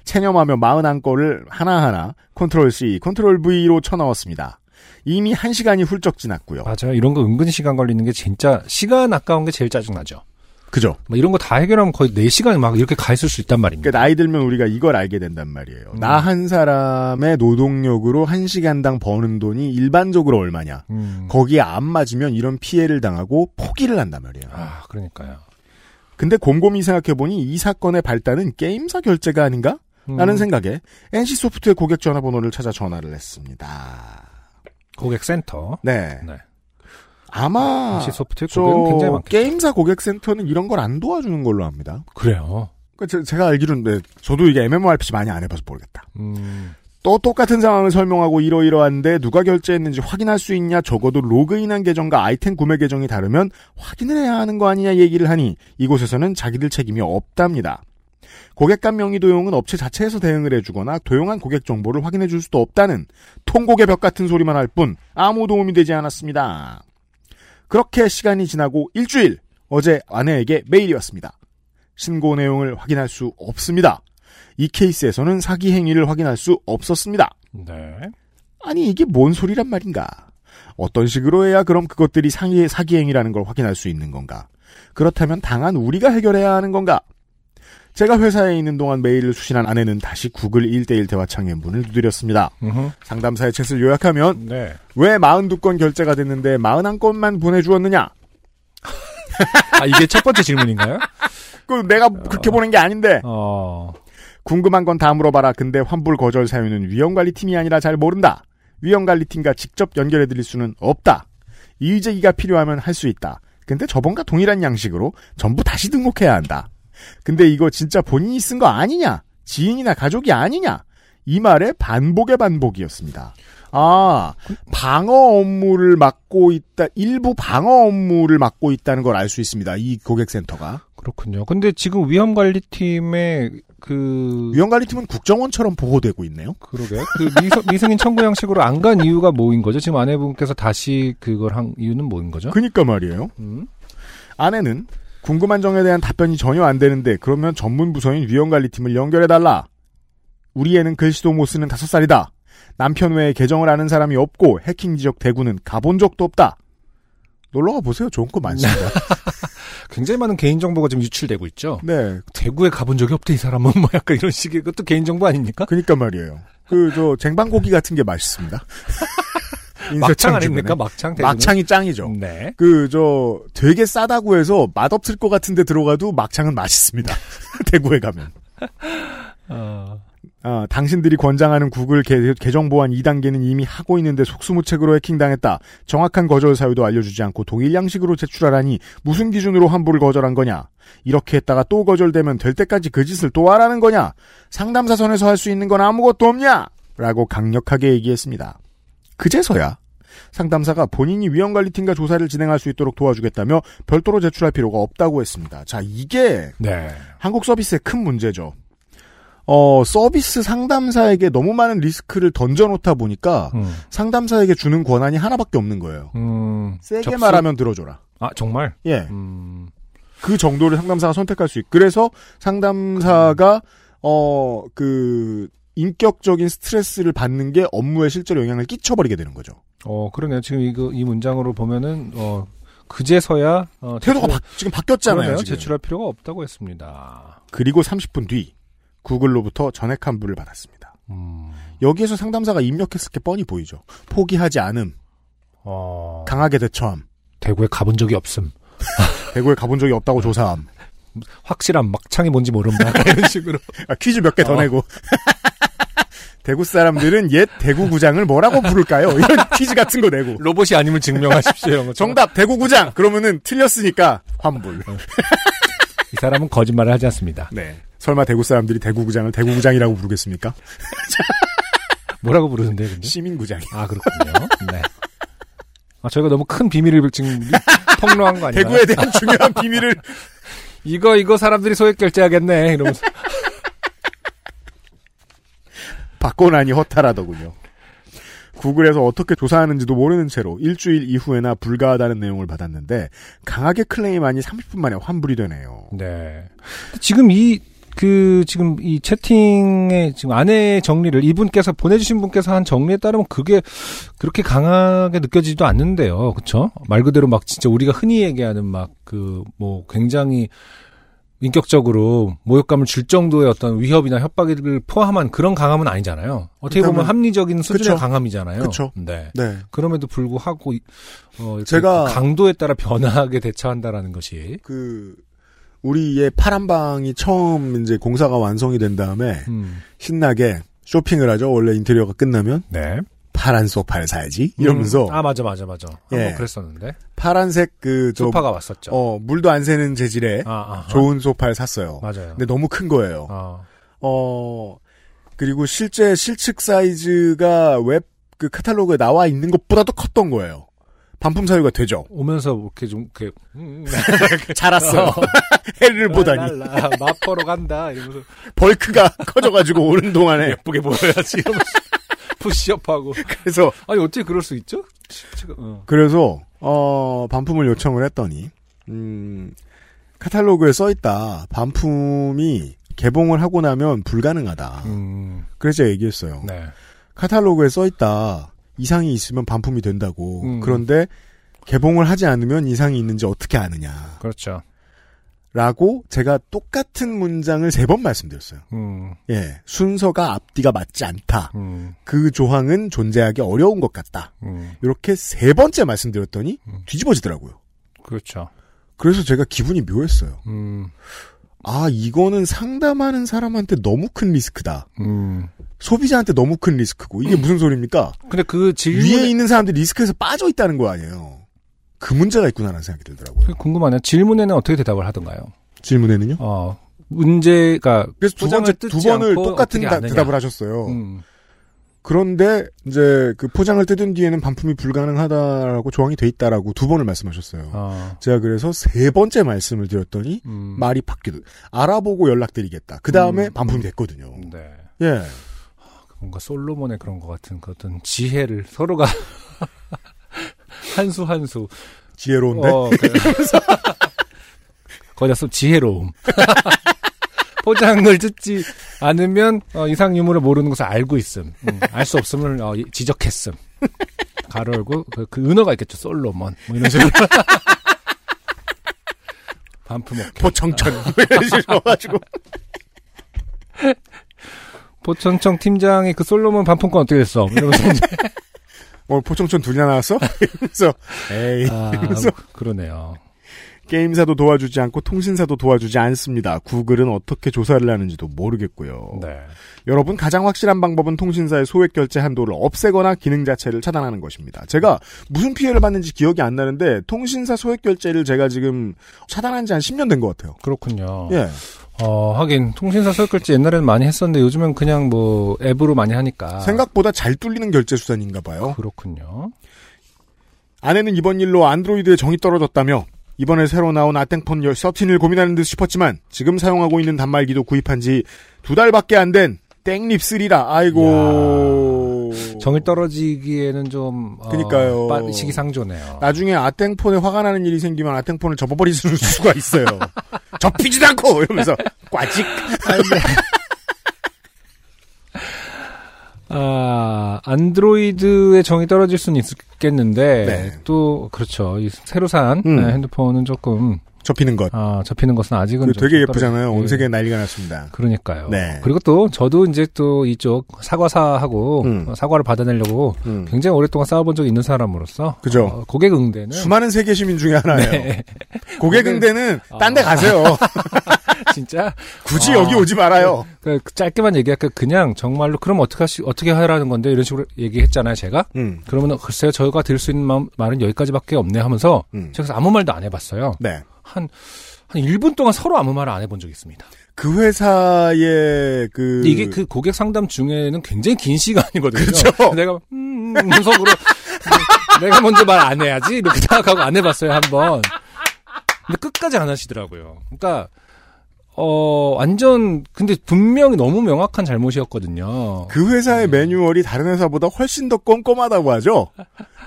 S1: 체념하며 41건을 하나하나 컨트롤 C, 컨트롤 V로 쳐넣었습니다. 이미 한시간이 훌쩍 지났고요.
S2: 맞아요. 이런 거 은근 시간 걸리는 게 진짜, 시간 아까운 게 제일 짜증나죠.
S1: 그죠?
S2: 뭐 이런 거 다 해결하면 거의 4시간 막 이렇게 가 있을 수 있단 말입니다.
S1: 그러니까 나이 들면 우리가 이걸 알게 된단 말이에요.
S2: 음.
S1: 나 한 사람의 노동력으로 한 시간당 버는 돈이 일반적으로 얼마냐.
S2: 음.
S1: 거기에 안 맞으면 이런 피해를 당하고 포기를 한단 말이에요.
S2: 아, 그러니까요.
S1: 근데 곰곰이 생각해보니 이 사건의 발단은 게임사 결제가 아닌가?
S2: 음,
S1: 라는 생각에 NC소프트의 고객 전화번호를 찾아 전화를 했습니다.
S2: 고객센터.
S1: 네.
S2: 네.
S1: 아마
S2: NC 소프트의
S1: 저
S2: 고객은 굉장히 많겠죠.
S1: 게임사 고객센터는 이런 걸 안 도와주는 걸로 압니다.
S2: 그래요.
S1: 그러니까 제- 제가 알기로는 네, 저도 이게 MMORPG 많이 안 해봐서 모르겠다.
S2: 음,
S1: 또 똑같은 상황을 설명하고 이러이러한데 누가 결제했는지 확인할 수 있냐 적어도 로그인한 계정과 아이템 구매 계정이 다르면 확인을 해야 하는 거 아니냐 얘기를 하니 이곳에서는 자기들 책임이 없답니다. 고객 간 명의 도용은 업체 자체에서 대응을 해주거나 도용한 고객 정보를 확인해 줄 수도 없다는 통곡의 벽 같은 소리만 할 뿐 아무 도움이 되지 않았습니다. 그렇게 시간이 지나고 일주일 어제 아내에게 메일이 왔습니다. 신고 내용을 확인할 수 없습니다. 이 케이스에서는 사기 행위를 확인할 수 없었습니다.
S2: 네.
S1: 아니 이게 뭔 소리란 말인가? 어떤 식으로 해야 그럼 그것들이 상의 사기 행위라는 걸 확인할 수 있는 건가? 그렇다면 당한 우리가 해결해야 하는 건가? 제가 회사에 있는 동안 메일을 수신한 아내는 다시 구글 1대1 대화창에 문을 두드렸습니다.
S2: 음흠.
S1: 상담사의 책을 요약하면
S2: 네.
S1: 왜 42건 결제가 됐는데 41건만 보내주었느냐?
S2: 아, 이게 첫 번째
S1: [LAUGHS]
S2: 질문인가요?
S1: 그 내가 그렇게 보낸 게 아닌데
S2: 어,
S1: 궁금한 건 다 물어봐라. 근데 환불 거절 사유는 위험관리팀이 아니라 잘 모른다. 위험관리팀과 직접 연결해드릴 수는 없다. 이의제기가 필요하면 할 수 있다. 근데 저번과 동일한 양식으로 전부 다시 등록해야 한다. 근데 이거 진짜 본인이 쓴 거 아니냐? 지인이나 가족이 아니냐? 이 말의 반복의 반복이었습니다. 아, 방어 업무를 맡고 있다, 일부 방어 업무를 맡고 있다는 걸 알 수 있습니다. 이 고객센터가.
S2: 그렇군요. 근데 지금 위험관리팀의 그
S1: 위험관리팀은 국정원처럼 보호되고 있네요.
S2: 그러게 그 미승, 인 청구 양식으로 안 간 이유가 뭐인 거죠? 지금 아내분께서 다시 그걸 한 이유는 뭐인 거죠?
S1: 그니까 그러니까 말이에요.
S2: 음.
S1: 아내는 궁금한 점에 대한 답변이 전혀 안 되는데 그러면 전문 부서인 위험관리팀을 연결해달라. 우리 애는 글씨도 못 쓰는 다섯 살이다. 남편 외에 계정을 아는 사람이 없고 해킹 지적 대구는 가본 적도 없다. 놀러와 보세요. 좋은 거 많습니다.
S2: [LAUGHS] 굉장히 많은 개인 정보가 지금 유출되고 있죠.
S1: 네,
S2: 대구에 가본 적이 없대 이 사람은 [LAUGHS] 뭐 약간 이런 식의 그것도 개인 정보 아닙니까?
S1: 그니까 말이에요. 그 저 쟁반고기 같은
S2: [LAUGHS]
S1: 게 맛있습니다.
S2: 막창
S1: 인쇄창
S2: 아닙니까?
S1: 주변에.
S2: 막창 대구는?
S1: 막창이 짱이죠.
S2: 네.
S1: 그 저 되게 싸다고 해서 맛없을 것 같은데 들어가도 막창은 맛있습니다. [LAUGHS] 대구에 가면.
S2: 어,
S1: 아, 당신들이 권장하는 구글 개, 계정 보안 2단계는 이미 하고 있는데 속수무책으로 해킹당했다. 정확한 거절 사유도 알려주지 않고 동일 양식으로 제출하라니 무슨 기준으로 환불을 거절한 거냐? 이렇게 했다가 또 거절되면 될 때까지 그 짓을 또 하라는 거냐? 상담사선에서 할 수 있는 건 아무것도 없냐? 라고 강력하게 얘기했습니다. 그제서야 상담사가 본인이 위험관리팀과 조사를 진행할 수 있도록 도와주겠다며 별도로 제출할 필요가 없다고 했습니다. 자, 이게
S2: 네.
S1: 한국 서비스의 큰 문제죠. 어, 서비스 상담사에게 너무 많은 리스크를 던져놓다 보니까
S2: 음.
S1: 상담사에게 주는 권한이 하나밖에 없는 거예요.
S2: 음,
S1: 세게
S2: 접수-
S1: 말하면 들어줘라.
S2: 아 정말.
S1: 예.
S2: 음,
S1: 그 정도를 상담사가 선택할 수 있. 그래서 상담사가, 어, 그, 인격적인 스트레스를 받는 게 업무에 실제로 영향을 끼쳐버리게 되는 거죠.
S2: 어 그러네요. 지금 이거 이 문장으로 보면은 어 그제서야 어,
S1: 태도가
S2: 제출-
S1: 바- 지금 바뀌었잖아요.
S2: 그러네요.
S1: 지금.
S2: 제출할 필요가 없다고 했습니다.
S1: 그리고 30분 뒤, 구글로부터 전액 환불을 받았습니다.
S2: 음,
S1: 여기에서 상담사가 입력했을 게 뻔히 보이죠. 포기하지 않음,
S2: 어,
S1: 강하게 대처함,
S2: 대구에 가본 적이 없음.
S1: 대구에 가본 적이 없다고 조사함.
S2: 확실한 막창이 뭔지 모른다. [LAUGHS] 이런 식으로.
S1: 아, 퀴즈 몇 개 더
S2: 어.
S1: 내고. [LAUGHS] 대구 사람들은 옛 대구 구장을 뭐라고 부를까요? 이런 [LAUGHS] 퀴즈 같은 거 내고.
S2: 로봇이 아님을 증명하십시오. 이런 거.
S1: 정답 대구 구장. 그러면은 틀렸으니까 환불.
S2: 이 사람은 거짓말을 하지 않습니다.
S1: 네. 설마 대구 사람들이 대구 구장을 대구 구장이라고 부르겠습니까?
S2: 뭐라고 부르는데 근데?
S1: 시민 구장이.
S2: 아 그렇군요. 네. 아 저희가 너무 큰 비밀을 지금 폭로한 거 아니에요?
S1: 대구에 대한 중요한
S2: [LAUGHS]
S1: 비밀을
S2: 이거 이거 사람들이 소액 결제하겠네 이러면서
S1: 받고 나니 허탈하더군요. 구글에서 어떻게 조사하는지도 모르는 채로 일주일 이후에나 불가하다는 내용을 받았는데 강하게 클레임하니 30분 만에 환불이 되네요.
S2: 네 지금 이 그 지금 이 채팅의 지금 아내의 정리를 이분께서 보내주신 분께서 한 정리에 따르면 그게 그렇게 강하게 느껴지지도 않는데요 그쵸 말 그대로 막 진짜 우리가 흔히 얘기하는 막 그 뭐 굉장히 인격적으로 모욕감을 줄 정도의 어떤 위협이나 협박을 포함한 그런 강함은 아니잖아요 어떻게 보면
S1: 그렇다면-
S2: 합리적인 수준의
S1: 그쵸.
S2: 강함이잖아요
S1: 그쵸.
S2: 네
S1: 네.
S2: 그럼에도 불구하고 이- 어, 이렇게
S1: 제가-
S2: 강도에 따라 변화하게 대처한다라는 것이
S1: 그 우리의 파란방이 처음 이제 공사가 완성이 된 다음에
S2: 음,
S1: 신나게 쇼핑을 하죠. 원래 인테리어가 끝나면
S2: 네
S1: 파란 소파를 사야지 이러면서
S2: 음, 아 맞아 맞아 맞아
S1: 예.
S2: 한번 그랬었는데
S1: 파란색 그저
S2: 소파가 왔었죠
S1: 어, 물도 안 새는 재질의
S2: 아, 아, 아.
S1: 좋은 네. 소파를 샀어요.
S2: 맞아요
S1: 근데 너무 큰 거예요.
S2: 어,
S1: 어 그리고 실제 실측 사이즈가 웹 그 카탈로그에 나와 있는 것보다도 컸던 거예요. 반품 사유가 되죠.
S2: 오면서 이렇게 좀 이렇게 음,
S1: 자랐어요. [LAUGHS] 해를 보다니
S2: 랄랄라, 마포로 간다 이러면서
S1: 벌크가 [LAUGHS] 커져가지고 오는 동안에
S2: 예쁘게 보여야지 이러면서 푸시업하고
S1: 그래서
S2: 아니 어떻게 그럴 수 있죠? 지금, 어.
S1: 그래서 어, 반품을 요청을 했더니 음, 카탈로그에 써 있다. 반품이 개봉을 하고 나면 불가능하다.
S2: 음,
S1: 그래서 제가 얘기했어요.
S2: 네.
S1: 카탈로그에 써 있다. 이상이 있으면 반품이 된다고.
S2: 음.
S1: 그런데 개봉을 하지 않으면 이상이 있는지 어떻게 아느냐.
S2: 그렇죠.
S1: 라고 제가 똑같은 문장을 세 번 말씀드렸어요.
S2: 음,
S1: 예. 순서가 앞뒤가 맞지 않다.
S2: 음,
S1: 그 조항은 존재하기 어려운 것 같다.
S2: 음,
S1: 이렇게 세 번째 말씀드렸더니
S2: 음.
S1: 뒤집어지더라고요.
S2: 그렇죠.
S1: 그래서 제가 기분이 묘했어요.
S2: 음,
S1: 아, 이거는 상담하는 사람한테 너무 큰 리스크다.
S2: 음.
S1: 소비자한테 너무 큰 리스크고. 이게 무슨 소리입니까?
S2: 근데 그 질문
S1: 위에 있는 사람들이 리스크에서 빠져 있다는 거 아니에요. 그 문제가 있구나라는 생각이 들더라고요.
S2: 궁금하네요. 질문에는 어떻게 대답을 하던가요?
S1: 질문에는요?
S2: 어, 문제가
S1: 그래서 두
S2: 포장을
S1: 번째,
S2: 뜯지
S1: 두 번을
S2: 않고
S1: 똑같은
S2: 어떻게
S1: 다-
S2: 아느냐.
S1: 대답을 하셨어요.
S2: 음,
S1: 그런데 이제 그 포장을 뜯은 뒤에는 반품이 불가능하다라고 조항이 돼 있다라고 두 번을 말씀하셨어요.
S2: 어,
S1: 제가 그래서 세 번째 말씀을 드렸더니
S2: 음,
S1: 말이 바뀌듯 알아보고 연락드리겠다. 그 다음에 반품이 됐거든요.
S2: 네.
S1: 예.
S2: 뭔가 솔로몬의 그런 것 같은 그 어떤 지혜를 서로가 [LAUGHS] 한 수 한 수.
S1: 지혜로운데?
S2: 어, 그- [LAUGHS] 거기다 써 지혜로움. [LAUGHS] 포장을 뜯지 않으면 어, 이상 유무를 모르는 것을 알고 있음. 알 수 없음을 어, 이- 지적했음. 가로열고 그, 그 은어가 있겠죠. 솔로몬. 뭐 이런 식으로. [LAUGHS] 반품 없
S1: 포청천. 이러셔가지고.
S2: 포천청 팀장이 그 솔로몬 반품권 어떻게 됐어? 이러면서 이제
S1: 오늘 포청천 둘이나 나왔어? [LAUGHS] 음. 이러면서. 에이.
S2: 아,
S1: 이러면서.
S2: [LAUGHS] 그러네요.
S1: 게임사도 도와주지 않고 통신사도 도와주지 않습니다. 구글은 어떻게 조사를 하는지도 모르겠고요.
S2: 네.
S1: 여러분 가장 확실한 방법은 통신사의 소액 결제 한도를 없애거나 기능 자체를 차단하는 것입니다. 제가 무슨 피해를 봤는지 기억이 안 나는데 통신사 소액 결제를 제가 지금 차단한 지 한 10년 된 것 같아요.
S2: 그렇군요.
S1: 예.
S2: 어, 하긴 통신사 설글지 옛날에는 많이 했었는데 요즘은 그냥 뭐 앱으로 많이
S1: 아.
S2: 하니까.
S1: 생각보다 잘 뚫리는 결제 수단인가 봐요.
S2: 그렇군요.
S1: 아내는 이번 일로 안드로이드의 정이 떨어졌다며 이번에 새로 나온 아땡폰 13을 고민하는 듯 싶었지만 지금 사용하고 있는 단말기도 구입한 지 두 달밖에 안 된 땡립3라 아이고
S2: 정이 떨어지기에는 좀 어,
S1: 그니까요.
S2: 빠- 시기상조네요.
S1: 나중에 아땡폰에 화가 나는 일이 생기면 아땡폰을 접어버릴 수- [LAUGHS] 수가 있어요. 접히지도 않고 이러면서 꽈직
S2: 아, 안드로이드의 정이 떨어질 수는 있겠는데
S1: 네.
S2: 또 그렇죠. 이 새로 산
S1: 음.
S2: 네, 핸드폰은 조금
S1: 접히는 것.
S2: 아, 접히는 것은 아직은 좀
S1: 되게
S2: 좀 떨어지-
S1: 예쁘잖아요.
S2: 예.
S1: 온 세계에 난리가 났습니다.
S2: 그러니까요.
S1: 네.
S2: 그리고 또 저도 이제 또 이쪽 사과사하고
S1: 음.
S2: 어, 사과를 받아내려고
S1: 음.
S2: 굉장히 오랫동안 싸워본 적이 있는 사람으로서
S1: 그죠.
S2: 어, 고객 응대는
S1: 수많은 세계 시민 중에 하나예요. 고객응대는 딴 데
S2: 네. 아.
S1: 가세요.
S2: [LAUGHS] [LAUGHS] 진짜
S1: 굳이
S2: 아.
S1: 여기 오지 말아요.
S2: 그 짧게만 얘기할까 그냥 정말로 그럼 어떻게 하시, 어떻게 하라는 건데 이런 식으로 얘기했잖아요 제가
S1: 음.
S2: 그러면 글쎄요 저희가 드릴 수 있는 마- 말은 여기까지밖에 없네 하면서 제가
S1: 음.
S2: 그래서 아무 말도 안 해봤어요
S1: 네.
S2: 한한 1분 동안 서로 아무 말을 안 해본 적이 있습니다
S1: 그 회사의 그
S2: 근데 이게 그 고객 상담 중에는 굉장히 긴 시간이거든요 [LAUGHS]
S1: 그죠?
S2: 내가 음, 음 음성으로 [LAUGHS] 내가 먼저 말 안 해야지 이렇게 생각하고 안 해봤어요 한번 근데 끝까지 안 하시더라고요 그러니까 어 완전 근데 분명히 너무 명확한 잘못이었거든요
S1: 그
S2: 음.
S1: 회사의 매뉴얼이 다른 회사보다 훨씬 더 꼼꼼하다고 하죠.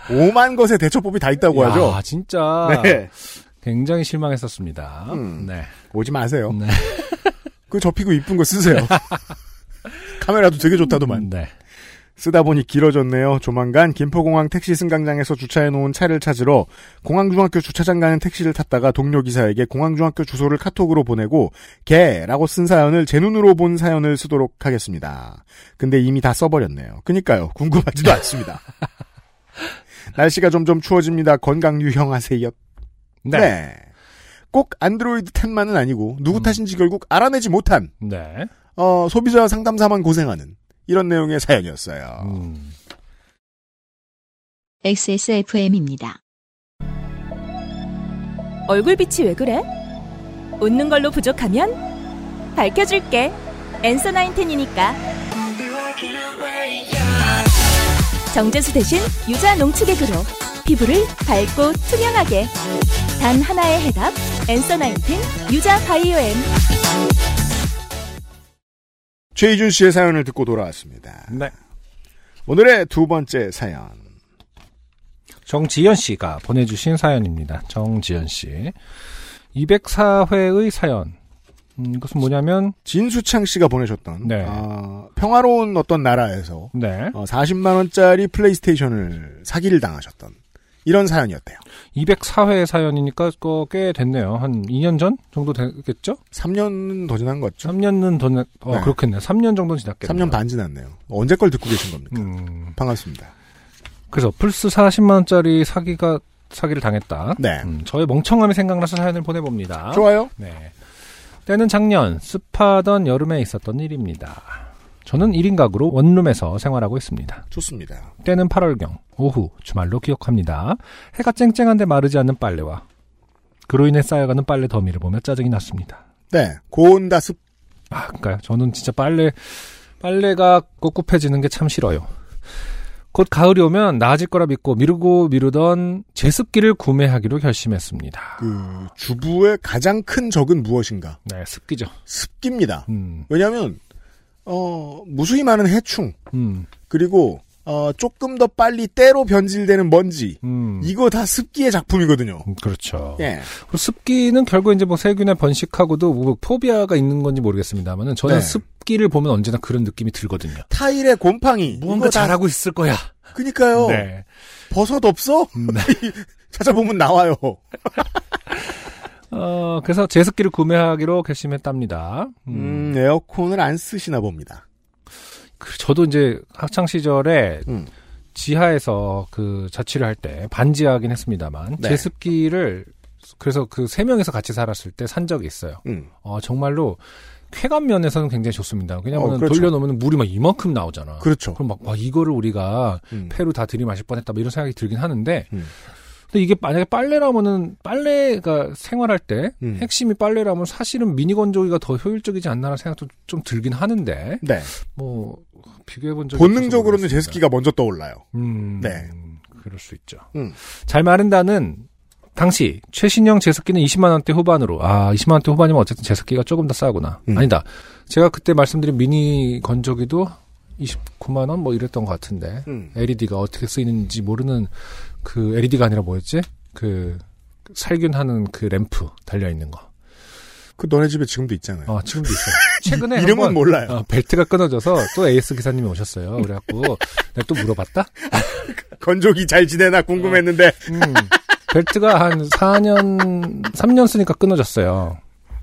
S1: 오만 것의 대처법이 다 있다고
S2: 야,
S1: 하죠.
S2: 진짜
S1: 네.
S2: 굉장히 실망했었습니다.
S1: 음. 어,
S2: 네.
S1: 오지 마세요.
S2: 네.
S1: 그 접히고 이쁜 거 쓰세요.
S2: [LAUGHS]
S1: 카메라도 되게 좋다더만.
S2: 네.
S1: 쓰다 보니 길어졌네요. 조만간 김포공항 택시 승강장에서 주차해 놓은 차를 찾으러 공항중학교 주차장 가는 택시를 탔다가 동료 기사에게 공항중학교 주소를 카톡으로 보내고 개라고 쓴 사연을 제 눈으로 본 사연을 쓰도록 하겠습니다. 근데 이미 다 써버렸네요. 그니까요. 궁금하지도 않습니다. [LAUGHS] 날씨가 점점 추워집니다. 건강 유형하세요.
S2: 네. 네.
S1: 네. 꼭 안드로이드 탓만은 아니고 누구 탓인지 결국 알아내지 못한
S2: 네.
S1: 어, 소비자 상담사만 고생하는 이런 내용의 사연이었어요.
S2: 음.
S3: XSFM입니다.
S5: 얼굴빛이 왜 그래? 웃는 걸로 부족하면 밝혀줄게. 엔서 나인텐이니까. 정제수 대신 유자 농축액으로 피부를 밝고 투명하게. 단 하나의 해답. 엔서 나인텐 유자 바이오엠.
S1: 최희준 씨의 사연을 듣고 돌아왔습니다.
S2: 네.
S1: 오늘의 두 번째 사연.
S2: 정지연 씨가 보내주신 사연입니다. 정지연 씨. 204회의 사연. 음, 이것은 뭐냐면,
S1: 진수창 씨가 보내셨던
S2: 네.
S1: 어, 평화로운 어떤 나라에서
S2: 네.
S1: 40만 원짜리 플레이스테이션을 사기를 당하셨던 이런 사연이었대요.
S2: 204회의 사연이니까 그거 꽤 됐네요. 한 2년 전 정도 됐겠죠?
S1: 3년 더 지난 거죠?
S2: 3년은 더, 내- 어,
S1: 네.
S2: 그렇겠네요. 3년 정도는 지났겠네요.
S1: 3년 반 지났네요. 언제 걸 듣고 계신 겁니까?
S2: 음.
S1: 반갑습니다.
S2: 그래서 플스 40만원짜리 사기가, 사기를 당했다.
S1: 네.
S2: 음, 저의 멍청함이 생각나서 사연을 보내봅니다.
S1: 좋아요.
S2: 네. 때는 작년 습하던 여름에 있었던 일입니다. 저는 1인 가구로 원룸에서 생활하고 있습니다.
S1: 좋습니다.
S2: 때는 8월경 오후 주말로 기억합니다. 해가 쨍쨍한데 마르지 않는 빨래와 그로 인해 쌓여가는 빨래 더미를 보며 짜증이 났습니다.
S1: 네. 고온다습.
S2: 아, 그러니까요. 저는 진짜 빨래 빨래가 꿉꿉해지는 게 참 싫어요. 곧 가을이 오면 나아질 거라 믿고 미루고 미루던 제습기를 구매하기로 결심했습니다.
S1: 그 주부의 가장 큰 적은 무엇인가?
S2: 네, 습기죠.
S1: 습기입니다.
S2: 음,
S1: 왜냐하면 어, 무수히 많은 해충
S2: 음,
S1: 그리고 어, 조금 더 빨리 때로 변질되는 먼지
S2: 음.
S1: 이거 다 습기의 작품이거든요.
S2: 음, 그렇죠.
S1: 예.
S2: 그리고 습기는 결국 이제 뭐 세균의 번식하고도 뭐 포비아가 있는 건지 모르겠습니다만은 저는
S1: 네.
S2: 습기를 보면 언제나 그런 느낌이 들거든요.
S1: 타일의 곰팡이 이거 다- 어.
S2: 있을 거야.
S1: 그니까요.
S2: 네. 음.
S1: 버섯 없어? [LAUGHS] 찾아보면 나와요.
S2: 어, 그래서 제습기를 구매하기로 결심했답니다. 음,
S1: 음, 에어컨을 안 쓰시나 봅니다.
S2: 그 저도 이제 학창 시절에
S1: 음.
S2: 지하에서 그 자취를 할 때 반지하긴 했습니다만
S1: 네.
S2: 제습기를 그래서 그 세 명이서 같이 살았을 때 산 적이 있어요.
S1: 음.
S2: 어, 정말로 쾌감 면에서는 굉장히 좋습니다. 왜냐하면
S1: 어, 그렇죠.
S2: 돌려놓으면 물이 막 이만큼 나오잖아. 그
S1: 그렇죠.
S2: 그럼 막 와, 이거를 우리가
S1: 음.
S2: 폐로 다 들이마실 뻔했다 뭐 이런 생각이 들긴 하는데
S1: 음.
S2: 근데 이게 만약에 빨래라면은 빨래가 생활할 때
S1: 음.
S2: 핵심이 빨래라면 사실은 미니 건조기가 더 효율적이지 않나라는 생각도 좀 들긴 하는데
S1: 네.
S2: 뭐 비교해 본 적이
S1: 본능적으로는
S2: 없어서 모르겠습니다.
S1: 제습기가 먼저 떠올라요.
S2: 음,
S1: 네.
S2: 그럴 수 있죠.
S1: 음.
S2: 잘 마른다는 당시 최신형 제습기는 20만 원대 후반으로 아 20만 원대 후반이면 어쨌든 제습기가 조금 더 싸구나.
S1: 음.
S2: 아니다. 제가 그때 말씀드린 미니 건조기도 29만 원 뭐 이랬던 것 같은데
S1: 음.
S2: LED가 어떻게 쓰이는지 모르는 그 LED가 아니라 뭐였지? 그 살균하는 그 램프 달려 있는 거.
S1: 그 너네 집에 지금도 있잖아요.
S2: 아 지금도 있어요. 최근에
S1: 이름은
S2: 한번
S1: 몰라요.
S2: 어, 벨트가 끊어져서 또 AS 기사님이 오셨어요. 그래갖고 내가 또 물어봤다.
S1: 건조기 잘 지내나 궁금했는데
S2: 음, 벨트가 한 4년, 3년 쓰니까 끊어졌어요.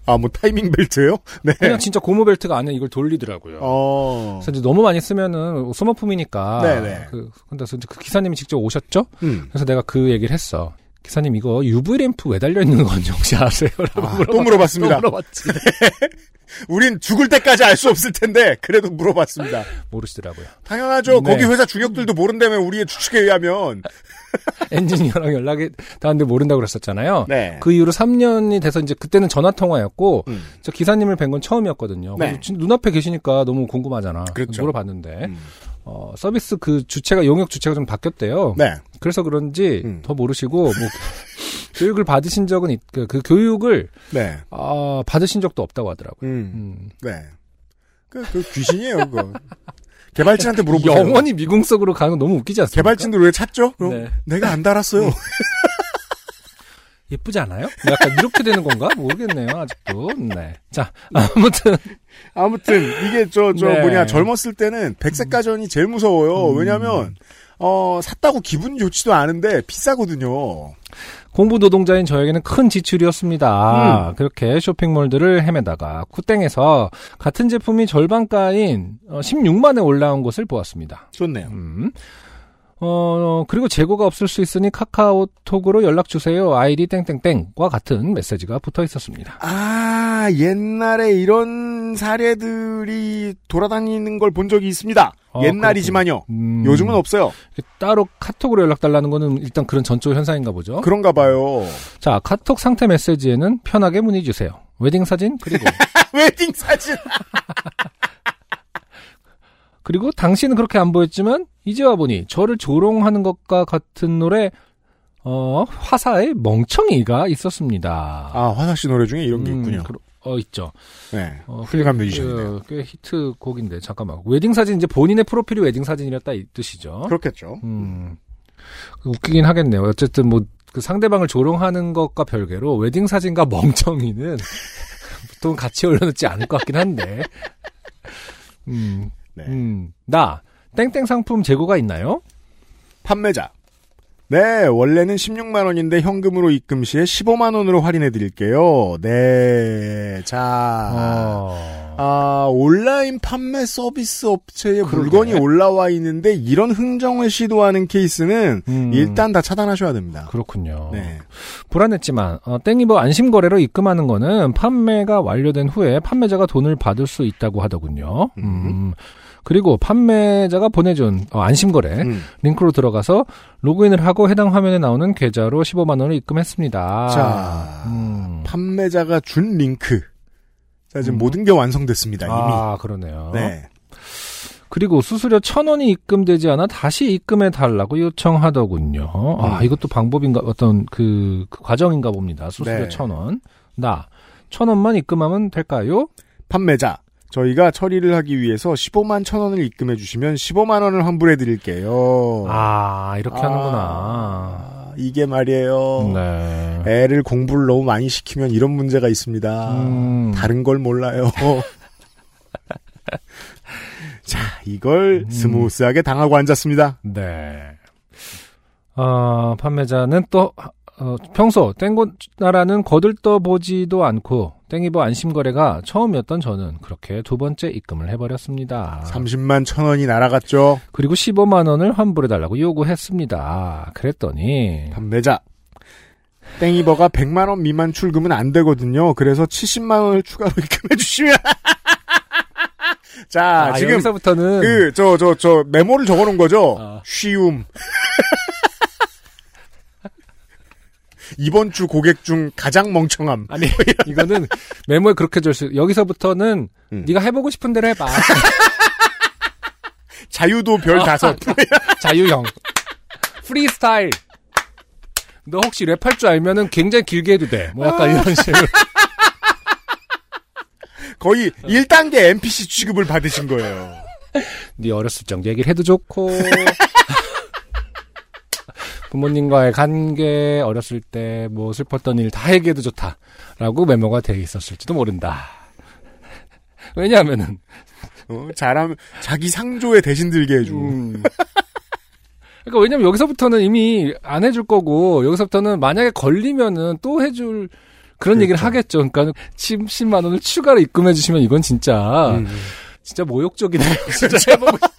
S1: 아 뭐 타이밍 벨트요? [LAUGHS] 네.
S2: 그냥 진짜 고무 벨트가 안에 이걸 돌리더라고요.
S1: 어.
S2: 그래서 이제 너무 많이 쓰면은 소모품이니까.
S1: 네네.
S2: 그, 근데 그래서 이제 그 기사님이 직접 오셨죠?
S1: 음.
S2: 그래서 내가 그 얘기를 했어. 기사님 이거 UV 램프 왜 달려 있는 건지 혹시 아세요? 라고
S1: 아,
S2: 물어봤-
S1: 또 물어봤습니다.
S2: 또 물어봤지.
S1: 우린 죽을 때까지 알 수 없을 텐데 그래도 물어봤습니다.
S2: 모르시더라고요.
S1: 당연하죠.
S2: 네.
S1: 거기 회사 주력들도 모른다며 우리의 추측에 의하면
S2: 엔지니어랑 연락이 닿았는데 모른다고 그랬었잖아요.
S1: 네.
S2: 그 이후로 3년이 돼서 이제 그때는 전화 통화였고
S1: 음.
S2: 저 기사님을 뵌 건 처음이었거든요.
S1: 네.
S2: 그래서 진- 눈앞에 계시니까 너무 궁금하잖아.
S1: 그렇죠.
S2: 물어봤는데
S1: 음.
S2: 어, 서비스 그 주체가 용역 주체가 좀 바뀌었대요.
S1: 네.
S2: 그래서 그런지
S1: 음.
S2: 더 모르시고 뭐 [LAUGHS] 교육을 받으신 적은 있- 그, 그 교육을
S1: 네.
S2: 아, 받으신 적도 없다고 하더라고요.
S1: 음.
S2: 음.
S1: 네. 그, 그 귀신이에요, 그거. 개발진한테 물어보세요.
S2: 영원히 미궁 속으로 가는 건 너무 웃기지 않습니까?
S1: 개발진들 왜 찾죠? 그럼
S2: 네. 음.
S1: 내가 안 달았어요.
S2: 예쁘지 않아요? 약간 이렇게 되는 건가 모르겠네요 아직도. 네. 자 아무튼
S1: [LAUGHS] 아무튼 이게 저 저
S2: 네.
S1: 뭐냐 젊었을 때는 백색 가전이 제일 무서워요.
S2: 음.
S1: 왜냐하면 어 샀다고 기분 좋지도 않은데 비싸거든요.
S2: 공부 노동자인 저에게는 큰 지출이었습니다.
S1: 음.
S2: 그렇게 쇼핑몰들을 헤매다가 쿠땡에서 같은 제품이 절반가인 16만에 올라온 것을 보았습니다.
S1: 좋네요.
S2: 음. 어, 그리고 재고가 없을 수 있으니 카카오톡으로 연락 주세요. 아이디 땡땡땡과 같은 메시지가 붙어 있었습니다.
S1: 아 옛날에 이런 사례들이 돌아다니는 걸 본 적이 있습니다.
S2: 아,
S1: 옛날이지만요.
S2: 음,
S1: 요즘은 없어요.
S2: 따로 카톡으로 연락 달라는 거는 일단 그런 전조 현상인가 보죠.
S1: 그런가 봐요.
S2: [LAUGHS] 자, 카톡 상태 메시지에는 편하게 문의 주세요. 웨딩 사진 그리고
S1: 웨딩 사진.
S2: 그리고 당신은 그렇게 안 보였지만 이제 와 보니 저를 조롱하는 것과 같은 노래 어 화사의 멍청이가 있었습니다.
S1: 아 화사 씨 노래 중에 이런 게
S2: 음,
S1: 있군요.
S2: 그러- 어 있죠.
S1: 네.
S2: 어,
S1: 훌륭한
S2: 꽤-
S1: 뮤지션이네요.
S2: 꽤 히트 곡인데 잠깐만 웨딩 사진 이제 본인의 프로필이 웨딩 사진이었다 이 뜻이죠.
S1: 그렇겠죠.
S2: 어? 음 웃기긴 하겠네요. 어쨌든 뭐 그 상대방을 조롱하는 것과 별개로 웨딩 사진과 [LAUGHS] 멍청이는 보통 같이 올려놓지 않을 것 같긴 한데. 음
S1: 네.
S2: 음, 나 땡땡 상품 재고가 있나요?
S1: 판매자. 네, 원래는 16만 원인데 현금으로 입금 시에 15만 원으로 할인해 드릴게요. 네. 자.
S2: 어.
S1: 아, 온라인 판매 서비스 업체에
S2: 그러게.
S1: 물건이 올라와 있는데 이런 흥정을 시도하는 케이스는
S2: 음,
S1: 일단 다 차단하셔야 됩니다.
S2: 그렇군요.
S1: 네.
S2: 불안했지만 어, 땡이버 안심 거래로 입금하는 거는 판매가 완료된 후에 판매자가 돈을 받을 수 있다고 하더군요. 음. 그리고 판매자가 보내준 어, 안심 거래
S1: 음.
S2: 링크로 들어가서 로그인을 하고 해당 화면에 나오는 계좌로 15만 원을 입금했습니다.
S1: 자.
S2: 아, 음.
S1: 판매자가 준 링크. 자, 지금
S2: 음.
S1: 모든 게 완성됐습니다. 이미.
S2: 아 그러네요.
S1: 네.
S2: 그리고 수수료 천 원이 입금되지 않아 다시 입금해 달라고 요청하더군요. 아,
S1: 음.
S2: 이것도 방법인가, 어떤 그, 그 과정인가 봅니다. 수수료
S1: 네.
S2: 천 원. 나, 천 원만 입금하면 될까요?
S1: 판매자 저희가 처리를 하기 위해서 15만 천 원을 입금해 주시면 15만 원을 환불해 드릴게요.
S2: 아, 이렇게 하는구나.
S1: 어. 아, 이게 말이에요.
S2: 네.
S1: 애를 공부를 너무 많이 시키면 이런 문제가 있습니다.
S2: 음.
S1: 아. 다른
S2: [LAUGHS]
S1: 걸 몰라요. 자,
S2: 음.
S1: 이걸 스무스하게 당하고 앉았습니다.
S2: 네. 아, 판매자는 또 어, 평소 땡고나라는 거들떠보지도 않고 땡이버 안심거래가 처음이었던 저는 그렇게 두 번째 입금을 해버렸습니다.
S1: 30만 천 원이 날아갔죠.
S2: 그리고 15만 원을 환불해달라고 요구했습니다. 아, 그랬더니
S1: 판매자. 땡이버가 100만 원 미만 출금은 안 되거든요. 그래서 70만 원을 추가로 [LAUGHS] 입금해 주시면. 자,
S2: 아,
S1: 지금
S2: 여기서부터는
S1: 그 저 저 저 메모를 적어 놓은 거죠.
S2: 아.
S1: 쉬움. [LAUGHS] 이번 주 고객 중 가장 멍청함. [LAUGHS]
S2: 아니 이거는 메모에 그렇게 줄수 여기서부터는
S1: 음.
S2: 네가 해보고 싶은 대로 해봐. [LAUGHS]
S1: 자유도 별 다섯.
S2: 자유형. 프리스타일. 너 혹시 랩할 줄 알면은 굉장히 길게 해도 돼. 뭐 약간
S1: 아.
S2: 이런 식으로.
S1: 거의 1단계 NPC 취급을 받으신 거예요.
S2: 네 어렸을 적얘기를 해도 좋고. [LAUGHS] 부모님과의 관계, 어렸을 때 뭐 슬펐던 일 다 얘기해도 좋다. 라고 메모가 되어 있었을지도 모른다. 왜냐하면은,
S1: 어, 잘하면 자기 상조에 대신 들게 해주고.
S2: 음. 그러니까 왜냐면 여기서부터는 이미 안 해줄 거고, 여기서부터는 만약에 걸리면은 또 해줄 그런 얘기를 하겠죠. 그러니까 70만원을 추가로 입금해주시면 이건 진짜
S1: 음.
S2: 진짜 모욕적이네요. 진짜 해보고 싶-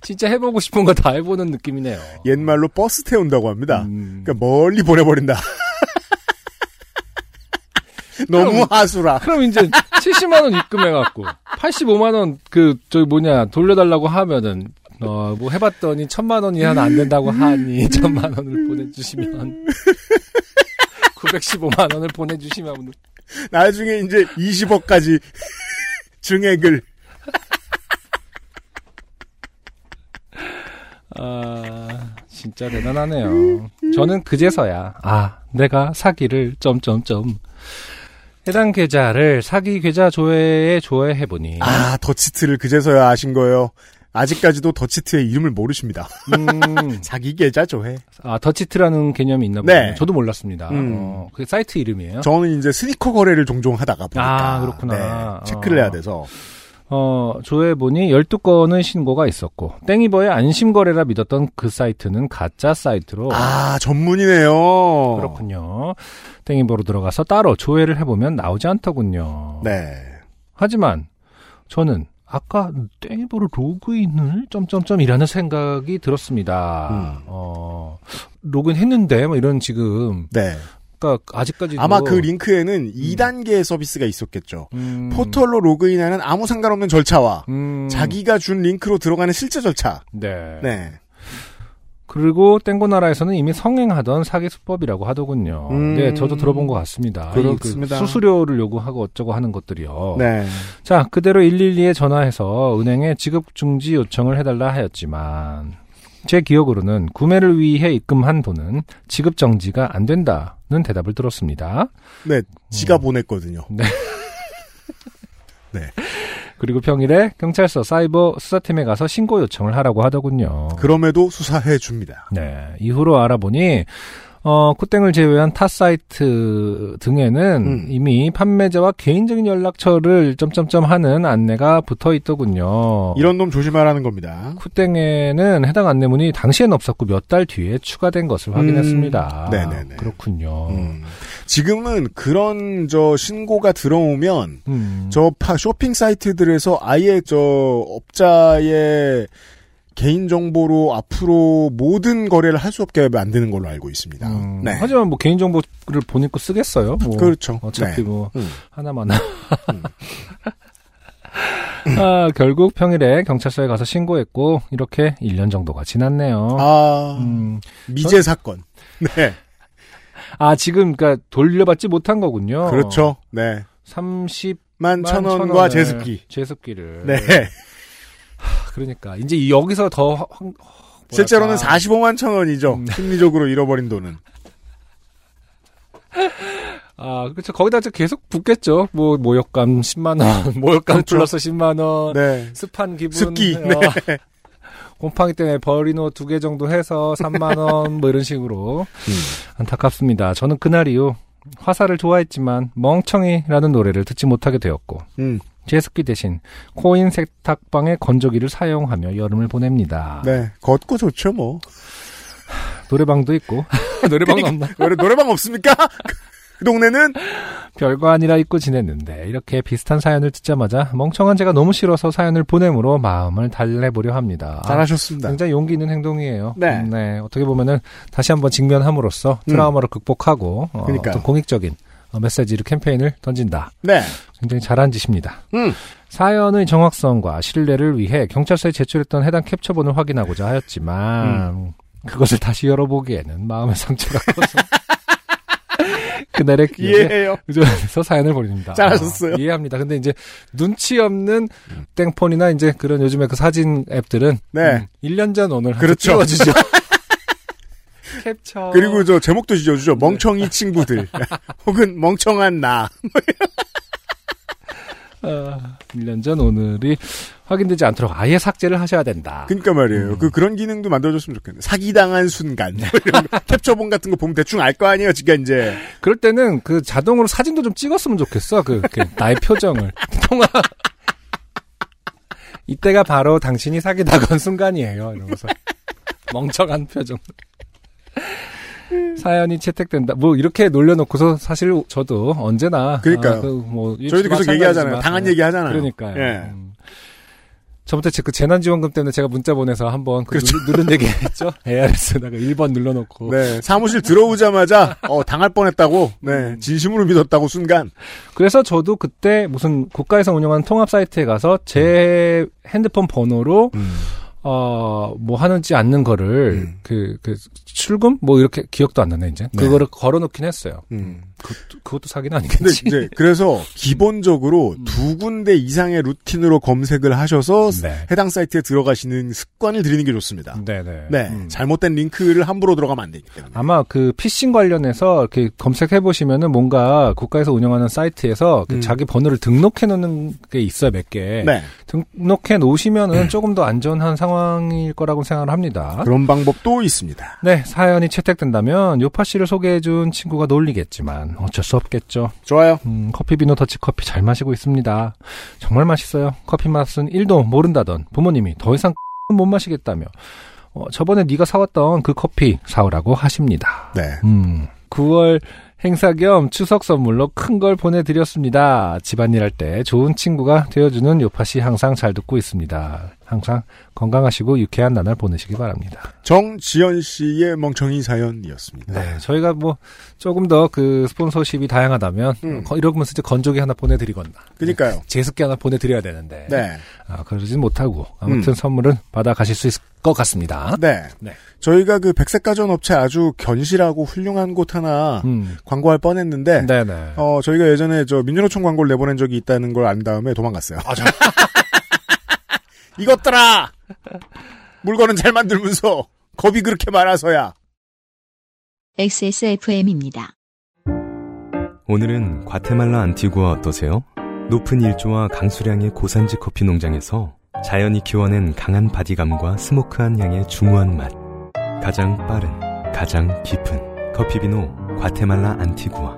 S2: [LAUGHS] 진짜 해보고 싶은 거 다 해보는 느낌이네요.
S1: [LAUGHS] 옛말로 버스 태운다고 합니다.
S2: 음.
S1: 그러니까 멀리 보내버린다. [LAUGHS] 너무 하수라.
S2: 그럼 이제 70만 원 입금해갖고 85만 원 그 저기 뭐냐 돌려달라고 하면은 어 뭐 해봤더니 천만 원 이하는 안 된다고 하니 천만 원을 보내주시면 915만 원을 보내주시면
S1: 나중에 이제 20억까지 [LAUGHS] 증액을
S2: 아 진짜 대단하네요. 저는 그제서야 아 내가 사기를 점점점 해당 계좌를 사기 계좌 조회에 조회해 보니
S1: 아 더치트를 그제서야 아신 거예요. 아직까지도 더치트의 이름을 모르십니다. [LAUGHS]
S2: 음,
S1: 자기 계좌 조회.
S2: 아 더치트라는 개념이 있나
S1: 네.
S2: 보네요. 저도 몰랐습니다.
S1: 음.
S2: 어, 그게 사이트 이름이에요.
S1: 저는 이제 스니커 거래를 종종 하다가 보니까
S2: 아, 그렇구나.
S1: 네, 체크를
S2: 어.
S1: 해야 돼서
S2: 어, 조회해보니 12건의 신고가 있었고, 땡이버의 안심거래라 믿었던 그 사이트는 가짜 사이트로.
S1: 아 전문이네요.
S2: 그렇군요. 땡이버로 들어가서 따로 조회를 해보면 나오지 않더군요.
S1: 네.
S2: 하지만, 저는 아까 땡이버로 로그인을 점점점이라는 생각이 들었습니다.
S1: 음.
S2: 어, 로그인 했는데, 뭐 이런 지금,
S1: 네.
S2: 그니까 아직까지도.
S1: 아마 그 링크에는 2단계의 서비스가 있었겠죠.
S2: 음,
S1: 포털로 로그인하는 아무 상관없는 절차와
S2: 음,
S1: 자기가 준 링크로 들어가는 실제 절차.
S2: 네.
S1: 네.
S2: 그리고 땡고나라에서는 이미 성행하던 사기 수법이라고 하더군요.
S1: 음.
S2: 네, 저도 들어본 것 같습니다. 이
S1: 그렇습니다.
S2: 그 수수료를 요구하고 어쩌고 하는 것들이요.
S1: 네.
S2: 자, 그대로 112에 전화해서 은행에 지급 중지 요청을 해달라 하였지만 제 기억으로는 구매를 위해 입금한 돈은 지급 정지가 안 된다는 대답을 들었습니다.
S1: 네.
S2: 음.
S1: 지가 보냈거든요.
S2: 그리고 평일에 경찰서 사이버 수사팀에 가서 신고 요청을 하라고 하더군요.
S1: 그럼에도 수사해 줍니다.
S2: 네. 이후로 알아보니 어, 코땡을 제외한 타 사이트 등에는
S1: 음.
S2: 이미 판매자와 개인적인 연락처를 점점점 하는 안내가 붙어 있더군요.
S1: 이런 놈 조심하라는 겁니다.
S2: 쿠땡에는 해당 안내문이 당시엔 없었고 몇 달 뒤에 추가된 것을 확인했습니다.
S1: 음. 네네네.
S2: 그렇군요.
S1: 음. 지금은 그런 저 신고가 들어오면
S2: 음.
S1: 저 파- 쇼핑 사이트들에서 아예 저 업자의 개인 정보로 앞으로 모든 거래를 할 수 없게 만드는 걸로 알고 있습니다.
S2: 음,
S1: 네.
S2: 하지만 뭐 개인 정보를 본인 거 쓰겠어요. 뭐
S1: 그렇죠.
S2: 어차피
S1: 네.
S2: 뭐
S1: 음.
S2: 하나만. [LAUGHS] 아, 결국 평일에 경찰서에 가서 신고했고 이렇게 1년 정도가 지났네요.
S1: 아
S2: 뭐. 음,
S1: 미제 사건. 네.
S2: 아, 지금, 그니까, 돌려받지 그러니까 못한 거군요.
S1: 그렇죠. 네.
S2: 30,
S1: 그렇죠. 만천원과
S2: 원을,
S1: 제습기.
S2: 제습기를.
S1: 네.
S2: 하, 그러니까 이제 여기서 더 확- 확- 뭐랄까.
S1: 실제로는 45만 천 원이죠.
S2: 음.
S1: 심리적으로 잃어버린 돈은.
S2: 아, 그렇죠. 거기다 이제 계속 붙겠죠. 뭐 모욕감 10만 원, [LAUGHS] 모욕감
S1: 그렇죠.
S2: 플러스 10만 원.
S1: 네.
S2: 습한 기분.
S1: 습기,
S2: 어,
S1: 네.
S2: 곰팡이 때문에 버린 옷 두 개 정도 해서 3만 원 뭐 이런 식으로 안타깝습니다. 저는 그날 이후 화사를 좋아했지만 멍청이라는 노래를 듣지 못하게 되었고
S1: 음.
S2: 제습기 대신 코인 세탁방의 건조기를 사용하며 여름을 보냅니다.
S1: 네. 걷고 좋죠, 뭐.
S2: 노래방도 있고 노래방 없나?
S1: 노래- 노래방 없습니까? [LAUGHS] 그 동네는?
S2: [LAUGHS] 별거 아니라 잊고 지냈는데 이렇게 비슷한 사연을 듣자마자 멍청한 제가 너무 싫어서 사연을 보내므로 마음을 달래보려 합니다.
S1: 잘하셨습니다.
S2: 아. 굉장히 용기 있는 행동이에요.
S1: 네. 음.
S2: 음, 네, 어떻게 보면은 다시 한번 직면함으로써 트라우마를 극복하고 어,
S1: 그러니까요.
S2: 어떤 공익적인 어, 메시지를 캠페인을 던진다.
S1: 네.
S2: 굉장히 잘한 짓입니다.
S1: 음.
S2: 사연의 정확성과 신뢰를 위해 경찰서에 제출했던 해당 캡처본을 확인하고자 하였지만
S1: 음.
S2: 그것을 다시 열어보기에는 마음의 상처가
S1: [LAUGHS]
S2: 커서 그날의 기억에
S1: 이해해요.
S2: [LAUGHS] 의존해서 사연을 보냅니다.
S1: 잘하셨어요.
S2: 아, 이해합니다. 근데 이제 눈치 없는 땡폰이나 이제 그런 요즘에 그 사진 앱들은 음,
S1: 네.
S2: 1년 전 오늘
S1: 그렇죠. [LAUGHS]
S2: 찍어주죠. 캡처.
S1: 그리고 저 제목도 지어주죠. 멍청이 친구들. [LAUGHS] 혹은 멍청한 나.
S2: 아, 1년 전 오늘이 확인되지 않도록 아예 삭제를 하셔야 된다.
S1: 그러니까 말이에요. 그 그런 기능도 만들어줬으면 좋겠네. 사기당한 순간 [LAUGHS] 뭐 이런 거. 캡처본 같은 거 보면 대충 알 거 아니에요. 지금 이제
S2: 그럴 때는 그 자동으로 사진도 좀 찍었으면 좋겠어. 그, 그 나의 표정을 [LAUGHS] 통화. 이때가 바로 당신이 사귀다건 순간이에요. 이러면서 멍청한 표정. 사연이 채택된다. 뭐 이렇게 놀려놓고서 사실 저도 언제나
S1: 그러니까요.
S2: 그 뭐,
S1: 저희도 계속 얘기하잖아요.
S2: 마찬가지지만,
S1: 당한
S2: 네.
S1: 얘기 하잖아요.
S2: 그러니까요.
S1: 예.
S2: 음. 저부터 제- 그 재난지원금 때문에 제가 문자 보내서 한번 그 누- 누른 얘기 했죠. ARS에다가 1번 눌러놓고
S1: 그렇죠. 네. 사무실 들어오자마자 어 당할 뻔했다고.
S2: 음.
S1: 네. 진심으로 믿었다고 순간.
S2: 그래서 저도 그때 무슨 국가에서 운영하는 통합 사이트에 가서 제 핸드폰 번호로 어 뭐 하는지 않는 거를
S1: 음.
S2: 그 그 출금 뭐 이렇게 기억도 안 나네 이제
S1: 네.
S2: 그거를 걸어놓긴 했어요.
S1: 음.
S2: 그것도, 그것도 사기는
S1: 근데
S2: 아니겠지.
S1: 이제 그래서
S2: 음.
S1: 기본적으로 두 군데 이상의 루틴으로 검색을 하셔서
S2: [LAUGHS] 네.
S1: 해당 사이트에 들어가시는 습관을 들이는 게 좋습니다.
S2: 네네.
S1: 네.
S2: 음.
S1: 잘못된 링크를 함부로 들어가면 안 되기 때문에.
S2: 아마 그 피싱 관련해서 이렇게 검색해 보시면은 뭔가 국가에서 운영하는 사이트에서 그
S1: 음.
S2: 자기 번호를 등록해 놓는 게 있어요 몇 개.
S1: 네. 음.
S2: 등록해 놓으시면은 조금 더 안전한 상황일 거라고 생각을 합니다.
S1: 그런 방법도 있습니다.
S2: 네, 사연이 채택된다면 요파 씨를 소개해준 친구가 놀리겠지만 어쩔 수 없겠죠.
S1: 좋아요.
S2: 음, 커피비노 더치커피 잘 마시고 있습니다. 정말 맛있어요. 커피 맛은 1도 모른다던 부모님이 더 이상 [LAUGHS] 못 마시겠다며 어, 저번에 네가 사왔던 그 커피 사오라고 하십니다.
S1: 네.
S2: 음, 9월 행사 겸 추석 선물로 큰 걸 보내드렸습니다. 집안일 할 때 좋은 친구가 되어주는 요파씨 항상 잘 듣고 있습니다. 항상 건강하시고 유쾌한 나날 보내시기 바랍니다.
S1: 정지연 씨의 멍청이 사연이었습니다.
S2: 네, 저희가 뭐 조금 더 그 스폰서십이 다양하다면
S1: 음.
S2: 어, 거- 이러면서 이제 건조기 하나 보내드리거나
S1: 그러니까요.
S2: 제습기 하나 보내드려야 되는데
S1: 네.
S2: 아, 그러진 못하고 아무튼
S1: 음.
S2: 선물은 받아 가실 수 있을 것 같습니다.
S1: 네.
S2: 네.
S1: 저희가 그 백색가전 업체 아주 견실하고 훌륭한 곳 하나
S2: 음,
S1: 광고할 뻔했는데
S2: 네, 네.
S1: 어 저희가 예전에 저 민주노총 광고를 내보낸 적이 있다는 걸 안 다음에 도망갔어요.
S2: 아,
S1: [LAUGHS] 이것들아 물건은 잘 만들면서 겁이 그렇게 많아서야.
S3: XSFM입니다.
S4: 오늘은 과테말라 안티구아 어떠세요? 높은 일조와 강수량의 고산지 커피 농장에서 자연이 키워낸 강한 바디감과 스모크한 향의 중후한 맛. 가장 빠른, 가장 깊은 커피 비노 과테말라 안티구아.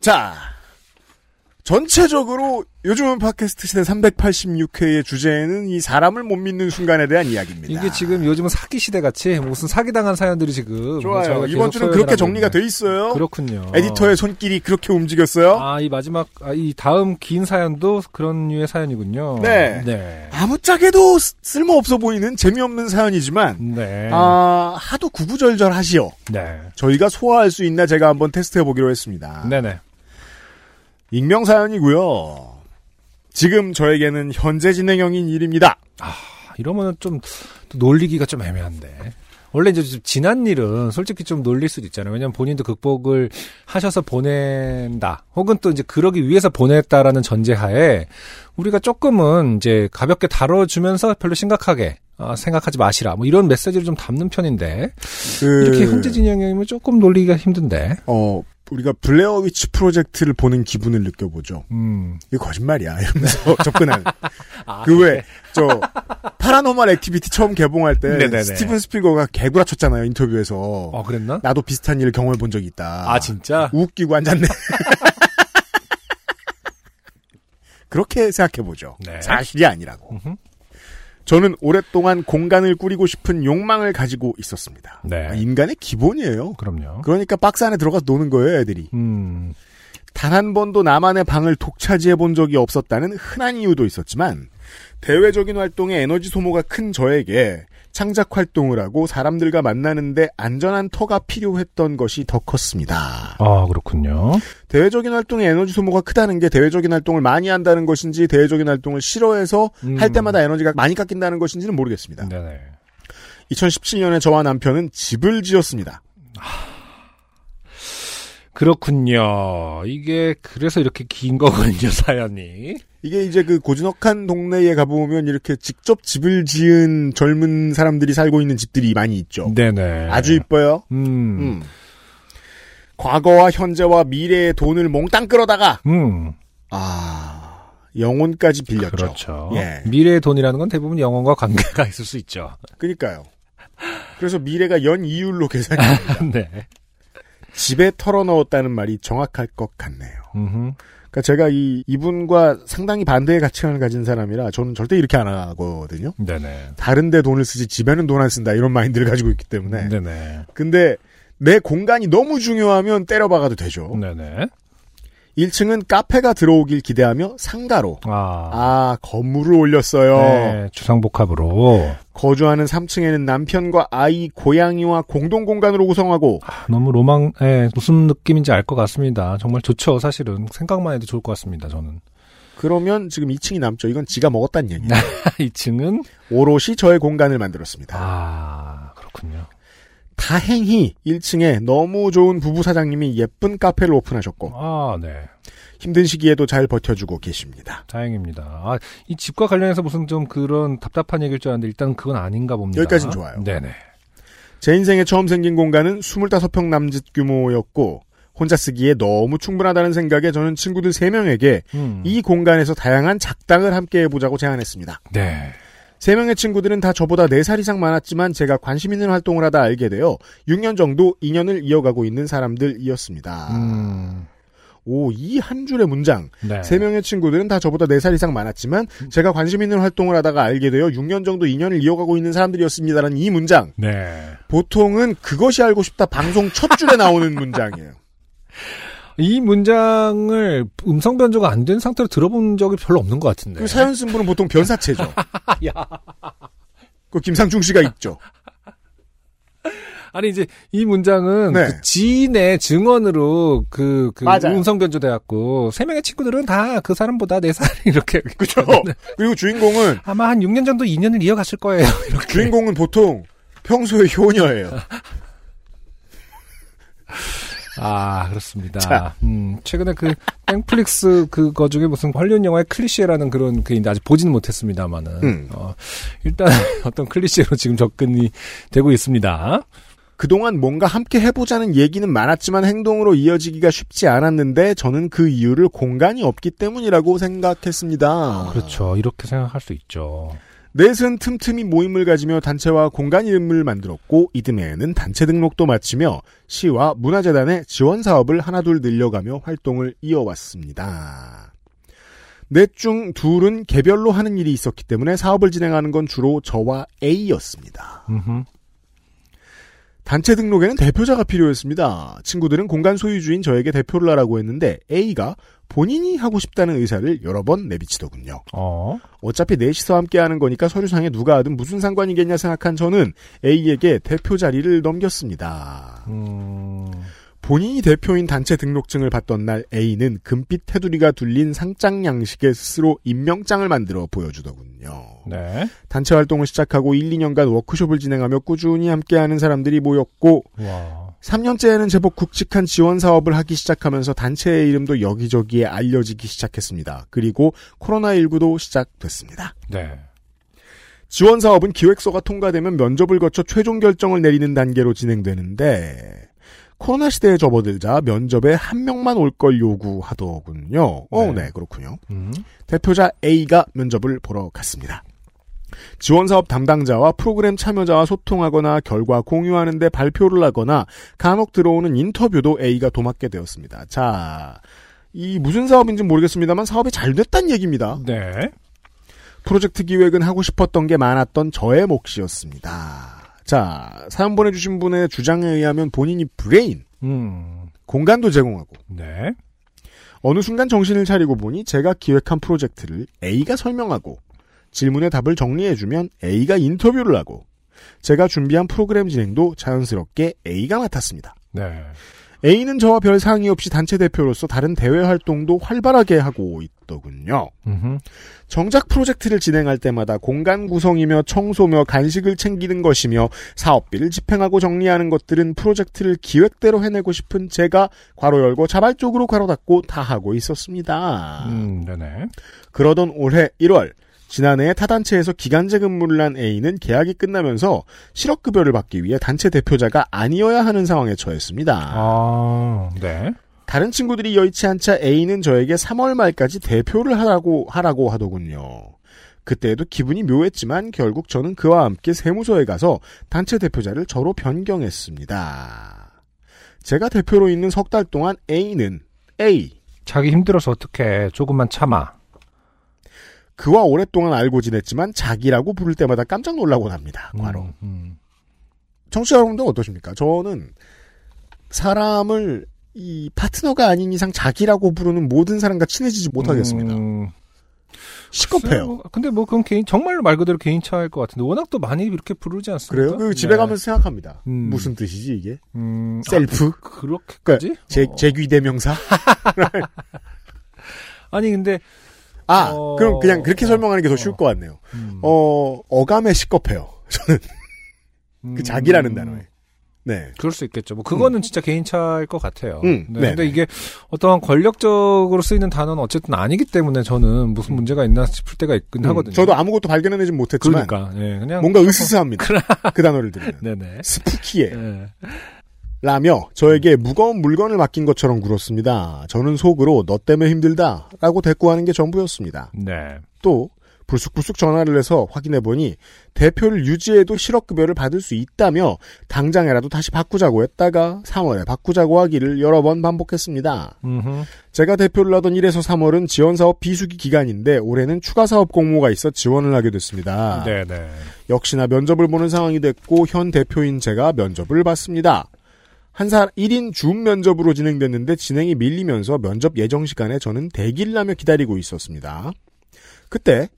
S1: 자 전체적으로 요즘은 팟캐스트 시대 386회의 주제는 이 사람을 못 믿는 순간에 대한 이야기입니다.
S2: 이게 지금 요즘은 사기 시대 같이 무슨 사기 당한 사연들이 지금 뭐
S1: 좋아요.
S2: 저희가
S1: 이번
S2: 계속
S1: 주는
S2: 소개를
S1: 그렇게
S2: 하고
S1: 정리가
S2: 있는데.
S1: 돼 있어요.
S2: 그렇군요.
S1: 에디터의 손길이 그렇게 움직였어요.
S2: 아, 이 마지막 아, 이 다음 긴 사연도 그런 류의 사연이군요.
S1: 네.
S2: 네.
S1: 아무짝에도 쓰- 쓸모없어 보이는 재미없는 사연이지만
S2: 네.
S1: 아 하도 구구절절하시오.
S2: 네.
S1: 저희가 소화할 수 있나 제가 한번 테스트해 보기로 했습니다.
S2: 네, 네.
S1: 익명 사연이고요. 지금 저에게는 현재 진행형인 일입니다.
S2: 이러면은 좀또 놀리기가 좀 애매한데. 원래 이제 좀 지난 일은 솔직히 좀 놀릴 수도 있잖아요. 왜냐면 본인도 극복을 하셔서 보낸다. 혹은 또 이제 그러기 위해서 보냈다라는 전제하에 우리가 조금은 이제 가볍게 다뤄주면서 별로 심각하게 아, 생각하지 마시라. 뭐 이런 메시지를 좀 담는 편인데
S1: 그,
S2: 이렇게 흥지진영이면 조금 놀리기가 힘든데.
S1: 어, 우리가 블레어 위치 프로젝트를 보는 기분을 느껴보죠.
S2: 음.
S1: 이거 거짓말이야. 이러면서 [LAUGHS] 접근하는.
S2: 아,
S1: 그 외, 저, 파라노멀 액티비티 처음 개봉할 때,
S2: 네. 네네네.
S1: 스티븐 스필거가 개구라쳤잖아요, 인터뷰에서.
S2: 어 그랬나?
S1: 나도 비슷한 일을 경험해 본 적이 있다.
S2: 아 진짜?
S1: 웃기고 앉았네. [LAUGHS] 그렇게 생각해보죠.
S2: 네.
S1: 사실이 아니라고.
S2: 음흠.
S1: 저는 오랫동안 공간을 꾸리고 싶은 욕망을 가지고 있었습니다.
S2: 네.
S1: 아, 인간의 기본이에요.
S2: 그럼요.
S1: 그러니까 박스 안에 들어가서 노는 거예요, 애들이.
S2: 음.
S1: 단 한 번도 나만의 방을 독차지해 본 적이 없었다는 흔한 이유도 있었지만, 대외적인 활동에 에너지 소모가 큰 저에게 창작 활동을 하고 사람들과 만나는데 안전한 터가 필요했던 것이 더 컸습니다.
S2: 아 그렇군요.
S1: 대외적인 활동에 에너지 소모가 크다는 게 대외적인 활동을 많이 한다는 것인지 대외적인 활동을 싫어해서
S2: 음.
S1: 할 때마다 에너지가 많이 깎인다는 것인지는 모르겠습니다.
S2: 네네.
S1: 2017년에 저와 남편은 집을 지었습니다.
S2: 그렇군요. 이게 그래서 이렇게 긴 거군요 [LAUGHS] 사연이.
S1: 이게 이제 그 고즈넉한 동네에 가보면 이렇게 직접 집을 지은 젊은 사람들이 살고 있는 집들이 많이 있죠.
S2: 네네.
S1: 아주 이뻐요.
S2: 음.
S1: 음. 과거와 현재와 미래의 돈을 몽땅 끌어다가
S2: 음.
S1: 아 영혼까지 빌렸죠.
S2: 그렇죠.
S1: 예.
S2: 미래의 돈이라는 건 대부분 영혼과 관계가 [LAUGHS] 있을 수 있죠.
S1: 그러니까요. 그래서 미래가 연
S2: [LAUGHS]
S1: 이율로 계산이 됩니다.
S2: 네.
S1: 집에 털어 넣었다는 말이 정확할 것 같네요.
S2: 음.
S1: 그러니까 제가 이 이분과 상당히 반대의 가치관을 가진 사람이라 저는 절대 이렇게 안 하거든요.
S2: 네네.
S1: 다른데 돈을 쓰지 집에는 돈 안 쓴다 이런 마인드를 가지고 있기 때문에.
S2: 네네.
S1: 근데 내 공간이 너무 중요하면 때려박아도 되죠.
S2: 네네.
S1: 1층은 카페가 들어오길 기대하며 상가로.
S2: 아.
S1: 아, 건물을 올렸어요.
S2: 네. 주상복합으로.
S1: 거주하는 3층에는 남편과 아이, 고양이와 공동 공간으로 구성하고
S2: 아, 너무 로망, 예, 무슨 느낌인지 알 것 같습니다. 정말 좋죠, 사실은. 생각만 해도 좋을 것 같습니다, 저는. [LAUGHS]
S1: 그러면 지금 2층이 남죠. 이건 지가 먹었다는 얘기예요.
S2: 네. 2층은?
S1: 오롯이 저의 공간을 만들었습니다.
S2: 아, 그렇군요.
S1: 다행히 1층에 너무 좋은 부부 사장님이 예쁜 카페를 오픈하셨고
S2: 아, 네.
S1: 힘든 시기에도 잘 버텨주고 계십니다.
S2: 다행입니다. 아, 이 집과 관련해서 무슨 좀 그런 답답한 얘기일 줄 알았는데 일단 그건 아닌가 봅니다.
S1: 여기까지는 좋아요.
S2: 네네.
S1: 제 인생에 처음 생긴 공간은 25평 남짓 규모였고 혼자 쓰기에 너무 충분하다는 생각에 저는 친구들 3명에게
S2: 음.
S1: 이 공간에서 다양한 작당을 함께 해보자고 제안했습니다.
S2: 네.
S1: 3명의 친구들은 다 저보다 4살 이상 많았지만 제가 관심 있는 활동을 하다 알게 되어 6년 정도 인연을 이어가고 있는 사람들이었습니다.
S2: 음.
S1: 오, 이 한 줄의 문장.
S2: 네.
S1: 세 명의 친구들은 다 저보다 네 살 이상 많았지만 제가 관심 있는 활동을 하다가 알게 되어 6년 정도 인연을 이어가고 있는 사람들이었습니다라는 이 문장.
S2: 네.
S1: 보통은 그것이 알고 싶다 방송 첫 줄에 나오는 [LAUGHS] 문장이에요.
S2: 이 문장을 음성 변조가 안 된 상태로 들어본 적이 별로 없는 것 같은데.
S1: 그 사연 쓴 분은
S2: [LAUGHS]
S1: 보통 변사체죠. 그 김상중 씨가 있죠.
S2: 아니 이제 이 문장은
S1: 네.
S2: 그 지인의 증언으로 그, 그
S1: 맞아요.
S2: 음성 변조돼갖고 세 명의 친구들은 다 그 사람보다 네 살 이렇게
S1: 그죠?
S2: 네.
S1: 그리고 주인공은
S2: [LAUGHS] 아마 한 6년 정도 인연을 이어갔을 거예요. 이렇게.
S1: 주인공은 보통 평소에 효녀예요.
S2: [LAUGHS] 아 그렇습니다.
S1: 자.
S2: 음, 최근에 그 땡플릭스 그거 중에 무슨 관련 영화의 클리셰라는 그런 게 있는데 아직 보지는 못했습니다만은
S1: 음.
S2: 어, 일단 [LAUGHS] 어떤 클리셰로 지금 접근이 되고 있습니다.
S1: 그동안 뭔가 함께 해보자는 얘기는 많았지만 행동으로 이어지기가 쉽지 않았는데 저는 그 이유를 공간이 없기 때문이라고 생각했습니다.
S2: 그렇죠. 이렇게 생각할 수 있죠.
S1: 넷은 틈틈이 모임을 가지며 단체와 공간 이름을 만들었고 이듬해에는 단체 등록도 마치며 시와 문화재단의 지원 사업을 하나둘 늘려가며 활동을 이어왔습니다. 넷 중 둘은 개별로 하는 일이 있었기 때문에 사업을 진행하는 건 주로 저와 A였습니다.
S2: 음흠.
S1: 단체 등록에는 대표자가 필요했습니다. 친구들은 공간 소유주인 저에게 대표를 하라고 했는데 A가 본인이 하고 싶다는 의사를 여러 번 내비치더군요.
S2: 어.
S1: 어차피 넷이서 함께하는 거니까 서류상에 누가 하든 무슨 상관이겠냐 생각한 저는 A에게 대표 자리를 넘겼습니다.
S2: 음.
S1: 본인이 대표인 단체 등록증을 받던 날 A는 금빛 테두리가 둘린 상장 양식에 스스로 임명장을 만들어 보여주더군요.
S2: 네.
S1: 단체 활동을 시작하고 1, 2년간 워크숍을 진행하며 꾸준히 함께하는 사람들이 모였고
S2: 와.
S1: 3년째에는 제법 굵직한 지원 사업을 하기 시작하면서 단체의 이름도 여기저기에 알려지기 시작했습니다. 그리고 코로나19도 시작됐습니다.
S2: 네.
S1: 지원 사업은 기획서가 통과되면 면접을 거쳐 최종 결정을 내리는 단계로 진행되는데 코로나 시대에 접어들자 면접에 한 명만 올 걸 요구하더군요. 어,
S2: 네.
S1: 네, 그렇군요.
S2: 음.
S1: 대표자 A가 면접을 보러 갔습니다. 지원사업 담당자와 프로그램 참여자와 소통하거나 결과 공유하는데 발표를 하거나 간혹 들어오는 인터뷰도 A가 도맡게 되었습니다. 자, 이 무슨 사업인지 모르겠습니다만 사업이 잘 됐단 얘기입니다.
S2: 네.
S1: 프로젝트 기획은 하고 싶었던 게 많았던 저의 몫이었습니다. 자, 사연 보내주신 분의 주장에 의하면 본인이 브레인,
S2: 음.
S1: 공간도 제공하고
S2: 네.
S1: 어느 순간 정신을 차리고 보니 제가 기획한 프로젝트를 A가 설명하고 질문의 답을 정리해주면 A가 인터뷰를 하고 제가 준비한 프로그램 진행도 자연스럽게 A가 맡았습니다.
S2: 네.
S1: A는 저와 별 상의 없이 단체 대표로서 다른 대외 활동도 활발하게 하고 있더군요.
S2: 음.
S1: 정작 프로젝트를 진행할 때마다 공간 구성이며 청소며 간식을 챙기는 것이며 사업비를 집행하고 정리하는 것들은 프로젝트를 기획대로 해내고 싶은 제가 괄호 열고 자발적으로 괄호 닫고 다 하고 있었습니다.
S2: 음. 네네.
S1: 그러던 올해 1월 지난해 타단체에서 기간제 근무를 한 A는 계약이 끝나면서 실업급여를 받기 위해 단체 대표자가 아니어야 하는 상황에 처했습니다.
S2: 아. 네.
S1: 다른 친구들이 여의치 않자 A는 저에게 3월 말까지 대표를 하라고 하라고 하더군요. 그때도 기분이 묘했지만 결국 저는 그와 함께 세무서에 가서 단체 대표자를 저로 변경했습니다. 제가 대표로 있는 석 달 동안 A는 A
S2: 자기 힘들어서 어떻게 조금만 참아.
S1: 그와 오랫동안 알고 지냈지만 자기라고 부를 때마다 깜짝 놀라곤 합니다. 과로.
S2: 음, 음.
S1: 청취자 여러분들 어떠십니까? 저는 사람을 이 파트너가 아닌 이상 자기라고 부르는 모든 사람과 친해지지 못하겠습니다.
S2: 음, 글쎄요.
S1: 시겁해요.
S2: 뭐, 근데 뭐 그건 개인 정말 말 그대로 개인 차일 것 같은데 워낙 또 많이 이렇게 부르지 않습니까?
S1: 그래요? 그 집에
S2: 네.
S1: 가면 서 생각합니다.
S2: 음.
S1: 무슨 뜻이지 이게?
S2: 음, 아,
S1: 셀프? 그러니까
S2: 그렇게까지?
S1: 제,
S2: 어.
S1: 제귀 대명사?
S2: 아니 근데
S1: 아,
S2: 어.
S1: 그럼 그냥 그렇게
S2: 어.
S1: 설명하는 게 더 쉬울 것 같네요.
S2: 음,
S1: 어, 어감에 시겁해요. 저는
S2: 음,
S1: 그 자기라는 단어에. 네.
S2: 그럴 수 있겠죠. 뭐 그거는 진짜 개인 차일 것 같아요.
S1: 음,
S2: 네,
S1: 네네.
S2: 근데 이게 어떠한 권력적으로 쓰이는 단어는 어쨌든 아니기 때문에 저는 무슨 문제가 있나 싶을 때가 있긴 음. 하거든요.
S1: 음. 저도 아무것도 발견해내진 못했지만
S2: 그러니까 예, 그냥
S1: 뭔가 으스스합니다. 그 단어를 들으면.
S2: [LAUGHS] 네네.
S1: 스푸키에
S2: 예.
S1: 라며 저에게 무거운 물건을 맡긴 것처럼 굴었습니다. 저는 속으로 너 때문에 힘들다 라고 대꾸하는 게 전부였습니다.
S2: 네.
S1: 또 불쑥불쑥 전화를 해서 확인해 보니 대표를 유지해도 실업급여를 받을 수 있다며 당장에라도 다시 바꾸자고 했다가 3월에 바꾸자고 하기를 여러 번 반복했습니다.
S2: 음흠.
S1: 제가 대표를 하던 1에서 3월은 지원사업 비수기 기간인데 올해는 추가사업 공모가 있어 지원을 하게 됐습니다.
S2: 네네.
S1: 역시나 면접을 보는 상황이 됐고 현 대표인 제가 면접을 봤습니다. 한사 1인 줌 면접으로 진행됐는데 진행이 밀리면서 면접 예정 시간에 저는 대기를 하며 기다리고 있었습니다. 그때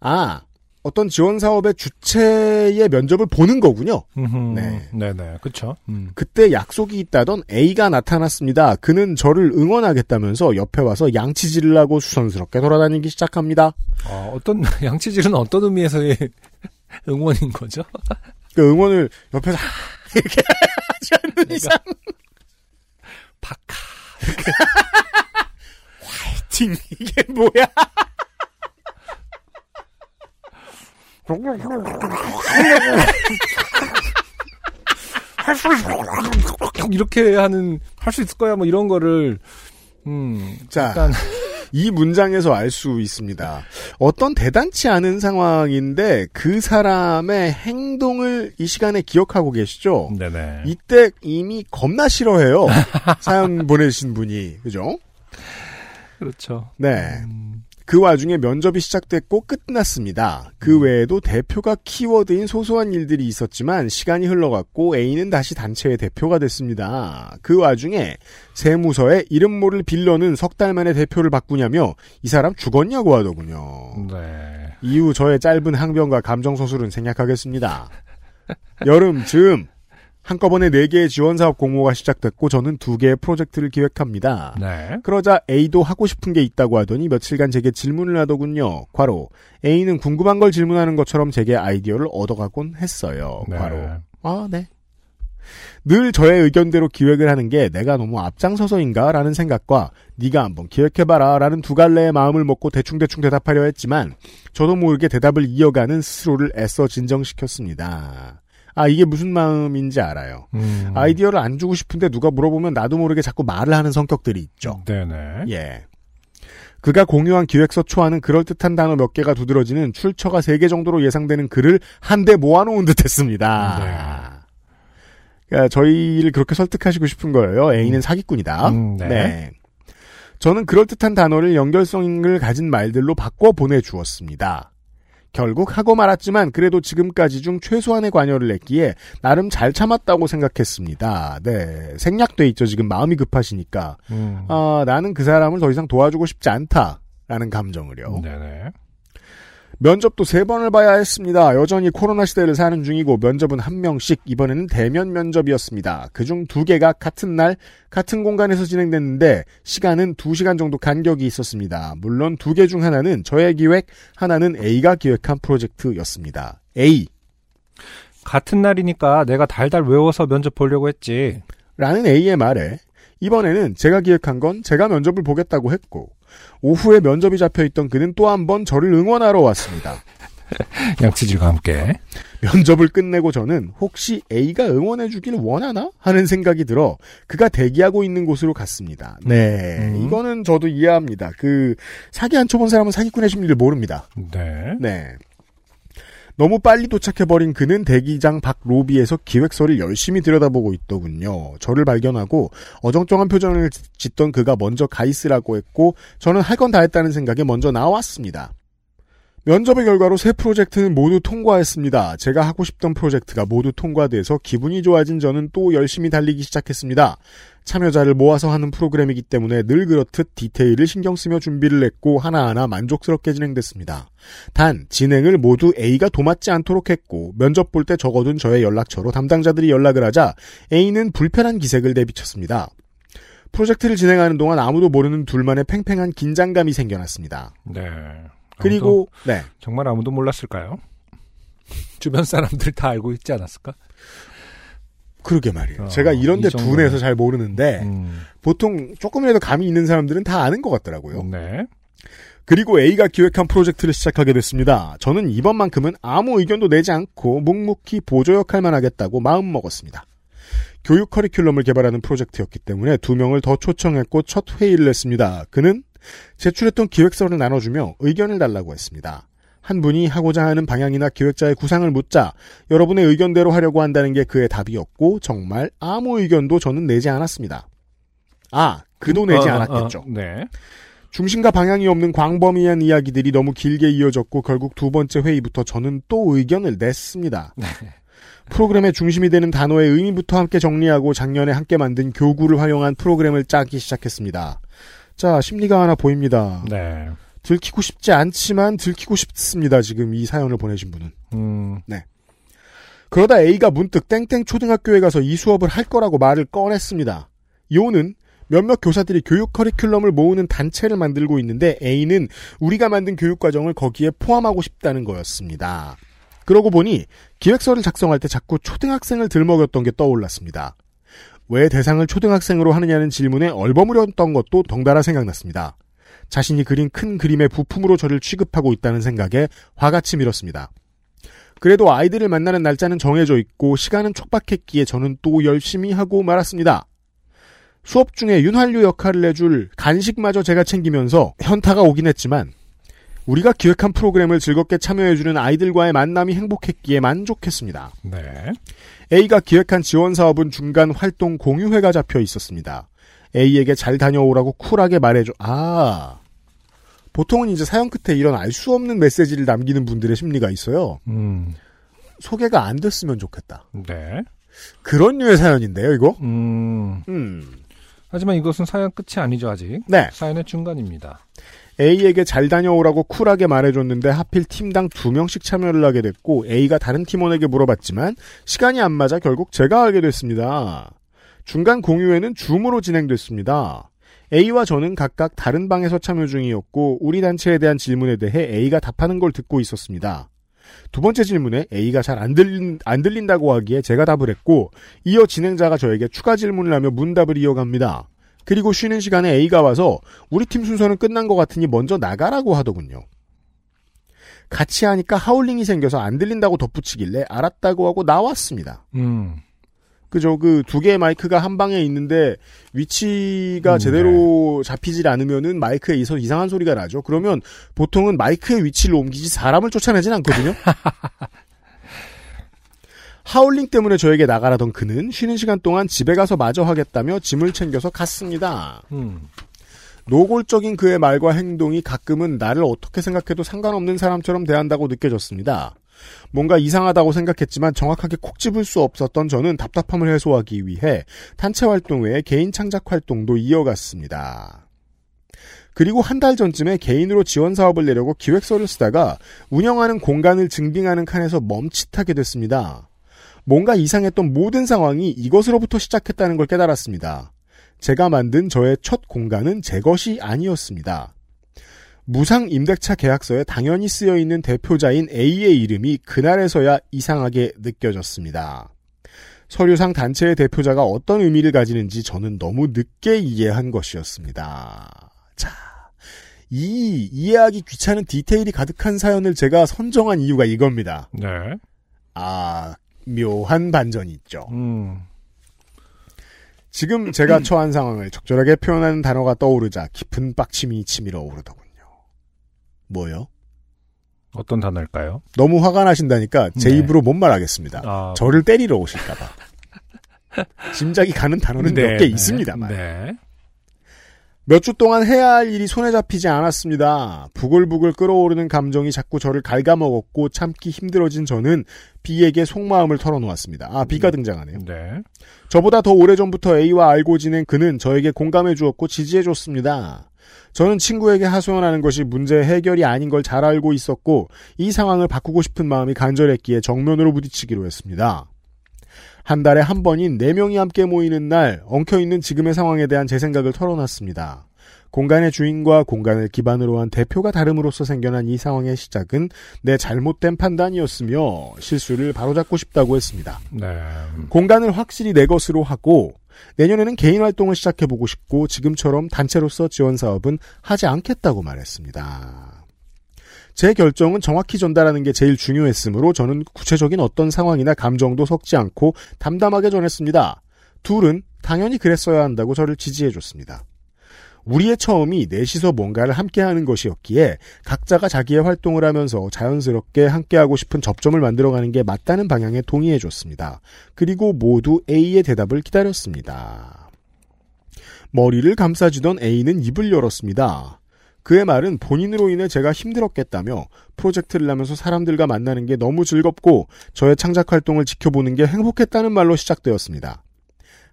S1: 아 어떤 지원 사업의 주체의 면접을 보는 거군요.
S2: 음흠.
S1: 네.
S2: 네네. 그쵸. 음.
S1: 그때 약속이 있다던 A가 나타났습니다. 그는 저를 응원하겠다면서 옆에 와서 양치질을 하고 수선스럽게 돌아다니기 시작합니다.
S2: 어, 어떤, [LAUGHS] 양치질은 어떤 의미에서의 [LAUGHS] 응원인 거죠?
S1: 그 응원을 옆에서 [LAUGHS]
S2: 그러니까. 박하.
S1: [LAUGHS] 팅 이게 뭐야?
S2: 이렇게 하는, 할 수 있을 거야, 뭐 이런 거를, 음.
S1: 자,
S2: 약간,
S1: 이 문장에서 알 수 있습니다. 어떤 대단치 않은 상황인데 그 사람의 행동을 이 시간에 기억하고 계시죠?
S2: 네네.
S1: 이때 이미
S2: [LAUGHS]
S1: 겁나 싫어해요. 사연 보내신 분이. 그죠?
S2: 그렇죠.
S1: 네. 그 와중에 면접이 시작됐고 끝났습니다. 그 외에도 대표가 키워드인 소소한 일들이 있었지만 시간이 흘러갔고 A는 다시 단체의 대표가 됐습니다. 그 와중에 세무서에 이름 모를 빌런은 석 달 만에 대표를 바꾸냐며 이 사람 죽었냐고 하더군요.
S2: 네.
S1: 이후 저의 짧은 항변과 감정 소술은 생략하겠습니다. 여름 즈음 한꺼번에 4개의 지원사업 공모가 시작됐고 저는 2개의 프로젝트를 기획합니다.
S2: 네.
S1: 그러자 A도 하고 싶은 게 있다고 하더니 며칠간 제게 질문을 하더군요. 과로. A는 궁금한 걸 질문하는 것처럼 제게 아이디어를 얻어가곤 했어요.
S2: 네.
S1: 과로. 아, 네. 늘 저의 의견대로 기획을 하는 게 내가 너무 앞장서서인가라는 생각과 네가 한번 기획해봐라라는 두 갈래의 마음을 먹고 대충대충 대답하려 했지만 저도 모르게 대답을 이어가는 스스로를 애써 진정시켰습니다. 아 이게 무슨 마음인지 알아요.
S2: 음.
S1: 아이디어를 안 주고 싶은데 누가 물어보면 나도 모르게 자꾸 말을 하는 성격들이 있죠.
S2: 네네.
S1: 예. 그가 공유한 기획서 초안은 그럴듯한 단어 몇 개가 두드러지는 출처가 3개 정도로 예상되는 글을 한데 모아놓은 듯
S2: 네.
S1: 했습니다. 그러니까 저희를 그렇게 설득하시고 싶은 거예요. A는 사기꾼이다.
S2: 음, 네.
S1: 저는 그럴듯한 단어를 연결성을 가진 말들로 바꿔 보내주었습니다. 결국 하고 말았지만 그래도 지금까지 중 최소한의 관여를 했기에 나름 잘 참았다고 생각했습니다. 네. 생략돼 있죠. 지금 마음이 급하시니까.
S2: 음.
S1: 아, 나는 그 사람을 더 이상 도와주고 싶지 않다. 라는
S2: 어.
S1: 감정을요.
S2: 네네.
S1: 면접도 세 번을 봐야 했습니다. 여전히 코로나 시대를 사는 중이고 면접은 한 명씩 이번에는 대면 면접이었습니다. 그중 두 개가 같은 날 같은 공간에서 진행됐는데 시간은 두 시간 정도 간격이 있었습니다. 물론 두 개 중 하나는 저의 기획, 하나는 A가 기획한 프로젝트였습니다. A
S2: 같은 날이니까 내가 달달 외워서 면접 보려고 했지.
S1: 라는 A의 말에 이번에는 제가 기획한 건 제가 면접을 보겠다고 했고 오후에 면접이 잡혀있던 그는 또 한 번 저를 응원하러 왔습니다.
S2: 양치질과 함께.
S1: 면접을 끝내고 저는 혹시 A가 응원해주길 원하나 하는 생각이 들어 그가 대기하고 있는 곳으로 갔습니다. 네,
S2: 음.
S1: 이거는 저도 이해합니다. 그 사기 안 쳐본 사람은 사기꾼의 심리를 모릅니다.
S2: 네.
S1: 네. 너무 빨리 도착해버린 그는 대기장 밖 로비에서 기획서를 열심히 들여다보고 있더군요. 저를 발견하고 어정쩡한 표정을 짓- 짓던 그가 먼저 가 있으라고 했고 저는 할 건 다 했다는 생각에 먼저 나왔습니다. 면접의 결과로 세 프로젝트는 모두 통과했습니다. 제가 하고 싶던 프로젝트가 모두 통과돼서 기분이 좋아진 저는 또 열심히 달리기 시작했습니다. 참여자를 모아서 하는 프로그램이기 때문에 늘 그렇듯 디테일을 신경 쓰며 준비를 했고 하나하나 만족스럽게 진행됐습니다. 단 진행을 모두 A가 도맡지 않도록 했고 면접 볼 때 적어둔 저의 연락처로 담당자들이 연락을 하자 A는 불편한 기색을 내비쳤습니다. 프로젝트를 진행하는 동안 아무도 모르는 둘만의 팽팽한 긴장감이 생겨났습니다.
S2: 네. 아무도-
S1: 그리고 네
S2: 정말 아무도 몰랐을까요? 주변 사람들 다 알고 있지 않았을까?
S1: 그러게 말이에요.
S2: 어,
S1: 제가 이런데
S2: 이 정도는-
S1: 분해서 잘 모르는데
S2: 음.
S1: 보통 조금이라도 감이 있는 사람들은 다 아는 것 같더라고요.
S2: 네.
S1: 그리고 A가 기획한 프로젝트를 시작하게 됐습니다. 저는 이번만큼은 아무 의견도 내지 않고 묵묵히 보조 역할만 하겠다고 마음먹었습니다. 교육 커리큘럼을 개발하는 프로젝트였기 때문에 두 명을 더 초청했고 첫 회의를 했습니다. 그는 제출했던 기획서를 나눠주며 의견을 달라고 했습니다. 한 분이 하고자 하는 방향이나 기획자의 구상을 묻자 여러분의 의견대로 하려고 한다는 게 그의 답이었고 정말 아무 의견도 저는 내지 않았습니다. 아, 그도 내지
S2: 어, 어,
S1: 않았겠죠.
S2: 어, 네.
S1: 중심과 방향이 없는 광범위한 이야기들이 너무 길게 이어졌고 결국 두 번째 회의부터 저는 또 의견을 냈습니다. 프로그램의 중심이 되는 단어의 의미부터 함께 정리하고 작년에 함께 만든 교구를 활용한 프로그램을 짜기 시작했습니다. 자, 심리가 하나 보입니다.
S2: 네.
S1: 들키고 싶지 않지만 들키고 싶습니다. 지금 이 사연을 보내신 분은.
S2: 음.
S1: 그러다 A가 문득 땡땡 초등학교에 가서 이 수업을 할 거라고 말을 꺼냈습니다. 요는 몇몇 교사들이 교육 커리큘럼을 모으는 단체를 만들고 있는데 A는 우리가 만든 교육 과정을 거기에 포함하고 싶다는 거였습니다. 그러고 보니 기획서를 작성할 때 자꾸 초등학생을 들먹였던 게 떠올랐습니다. 왜 대상을 초등학생으로 하느냐는 질문에 얼버무렸던 것도 덩달아 생각났습니다. 자신이 그린 큰 그림의 부품으로 저를 취급하고 있다는 생각에 화가 치밀었습니다. 그래도 아이들을 만나는 날짜는 정해져 있고 시간은 촉박했기에 저는 또 열심히 하고 말았습니다. 수업 중에 윤활유 역할을 해줄 간식마저 제가 챙기면서 현타가 오긴 했지만 우리가 기획한 프로그램을 즐겁게 참여해주는 아이들과의 만남이 행복했기에 만족했습니다.
S2: 네.
S1: A가 기획한 지원 사업은 중간 활동 공유회가 잡혀 있었습니다. A에게 잘 다녀오라고 쿨하게 말해줘. 아. 보통은 이제 사연 끝에 이런 알 수 없는 메시지를 남기는 분들의 심리가 있어요.
S2: 음.
S1: 소개가 안 됐으면 좋겠다.
S2: 네.
S1: 그런 류의 사연인데요, 이거?
S2: 음.
S1: 음.
S2: 하지만 이것은 사연 끝이 아니죠, 아직.
S1: 네.
S2: 사연의 중간입니다.
S1: A에게 잘 다녀오라고 쿨하게 말해줬는데 하필 팀당 두 명씩 참여를 하게 됐고 A가 다른 팀원에게 물어봤지만 시간이 안 맞아 결국 제가 하게 됐습니다. 중간 공유회는 줌으로 진행됐습니다. A와 저는 각각 다른 방에서 참여 중이었고 우리 단체에 대한 질문에 대해 A가 답하는 걸 듣고 있었습니다. 두 번째 질문에 A가 잘 안 들린, 안 들린다고 하기에 제가 답을 했고 이어 진행자가 저에게 추가 질문을 하며 문답을 이어갑니다. 그리고 쉬는 시간에 A가 와서 우리 팀 순서는 끝난 것 같으니 먼저 나가라고 하더군요. 같이 하니까 하울링이 생겨서 안 들린다고 덧붙이길래 알았다고 하고 나왔습니다.
S2: 음.
S1: 그죠 그 두 개의 마이크가 한 방에 있는데 위치가
S2: 음,
S1: 제대로 잡히질 않으면은 마이크에 있어 이상한 소리가 나죠. 그러면 보통은 마이크의 위치를 옮기지 사람을 쫓아내진 않거든요. [LAUGHS] 하울링 때문에 저에게 나가라던 그는 쉬는 시간 동안 집에 가서 마저 하겠다며 짐을 챙겨서 갔습니다.
S2: 음.
S1: 노골적인 그의 말과 행동이 가끔은 나를 어떻게 생각해도 상관없는 사람처럼 대한다고 느껴졌습니다. 뭔가 이상하다고 생각했지만 정확하게 콕 집을 수 없었던 저는 답답함을 해소하기 위해 단체 활동 외에 개인 창작 활동도 이어갔습니다. 그리고 한 달 전쯤에 개인으로 지원 사업을 내려고 기획서를 쓰다가 운영하는 공간을 증빙하는 칸에서 멈칫하게 됐습니다. 뭔가 이상했던 모든 상황이 이것으로부터 시작했다는 걸 깨달았습니다. 제가 만든 저의 첫 공간은 제 것이 아니었습니다. 무상 임대차 계약서에 당연히 쓰여 있는 대표자인 A의 이름이 그날에서야 이상하게 느껴졌습니다. 서류상 단체의 대표자가 어떤 의미를 가지는지 저는 너무 늦게 이해한 것이었습니다. 자, 이 이해하기 귀찮은 디테일이 가득한 사연을 제가 선정한 이유가 이겁니다.
S2: 네.
S1: 아, 묘한 반전이 있죠.
S2: 음.
S1: 지금 제가 처한 상황을 적절하게 표현하는 단어가 떠오르자 깊은 빡침이 치밀어 오르더군요. 뭐요?
S2: 어떤 단어일까요?
S1: 너무 화가 나신다니까 제
S2: 네.
S1: 입으로 못 말하겠습니다.
S2: 아.
S1: 저를 때리러 오실까봐. 짐작이 가는 단어는 몇 개 있습니다만.
S2: 네.
S1: 몇 주 동안 해야 할 일이 손에 잡히지 않았습니다. 부글부글 끓어오르는 감정이 자꾸 저를 갉아먹었고 참기 힘들어진 저는 B에게 속마음을 털어놓았습니다. 아, B가 등장하네요.
S2: 네.
S1: 저보다 더 오래전부터 A와 알고 지낸 그는 저에게 공감해 주었고 지지해 줬습니다. 저는 친구에게 하소연하는 것이 문제 해결이 아닌 걸 잘 알고 있었고 이 상황을 바꾸고 싶은 마음이 간절했기에 정면으로 부딪히기로 했습니다. 한 달에 한 번인 네명이 함께 모이는 날 엉켜있는 지금의 상황에 대한 제 생각을 털어놨습니다. 공간의 주인과 공간을 기반으로 한 대표가 다름으로써 생겨난 이 상황의 시작은 내 잘못된 판단이었으며 실수를 바로잡고 싶다고 했습니다.
S2: 네.
S1: 공간을 확실히 내 것으로 하고 내년에는 개인 활동을 시작해 보고 싶고 지금처럼 단체로서 지원 사업은 하지 않겠다고 말했습니다. 제 결정은 정확히 전달하는 게 제일 중요했으므로 저는 구체적인 어떤 상황이나 감정도 섞지 않고 담담하게 전했습니다. 둘은 당연히 그랬어야 한다고 저를 지지해 줬습니다. 우리의 처음이 넷이서 뭔가를 함께 하는 것이었기에 각자가 자기의 활동을 하면서 자연스럽게 함께하고 싶은 접점을 만들어가는 게 맞다는 방향에 동의해 줬습니다. 그리고 모두 A의 대답을 기다렸습니다. 머리를 감싸주던 A는 입을 열었습니다. 그의 말은 본인으로 인해 제가 힘들었겠다며 프로젝트를 하면서 사람들과 만나는 게 너무 즐겁고 저의 창작 활동을 지켜보는 게 행복했다는 말로 시작되었습니다.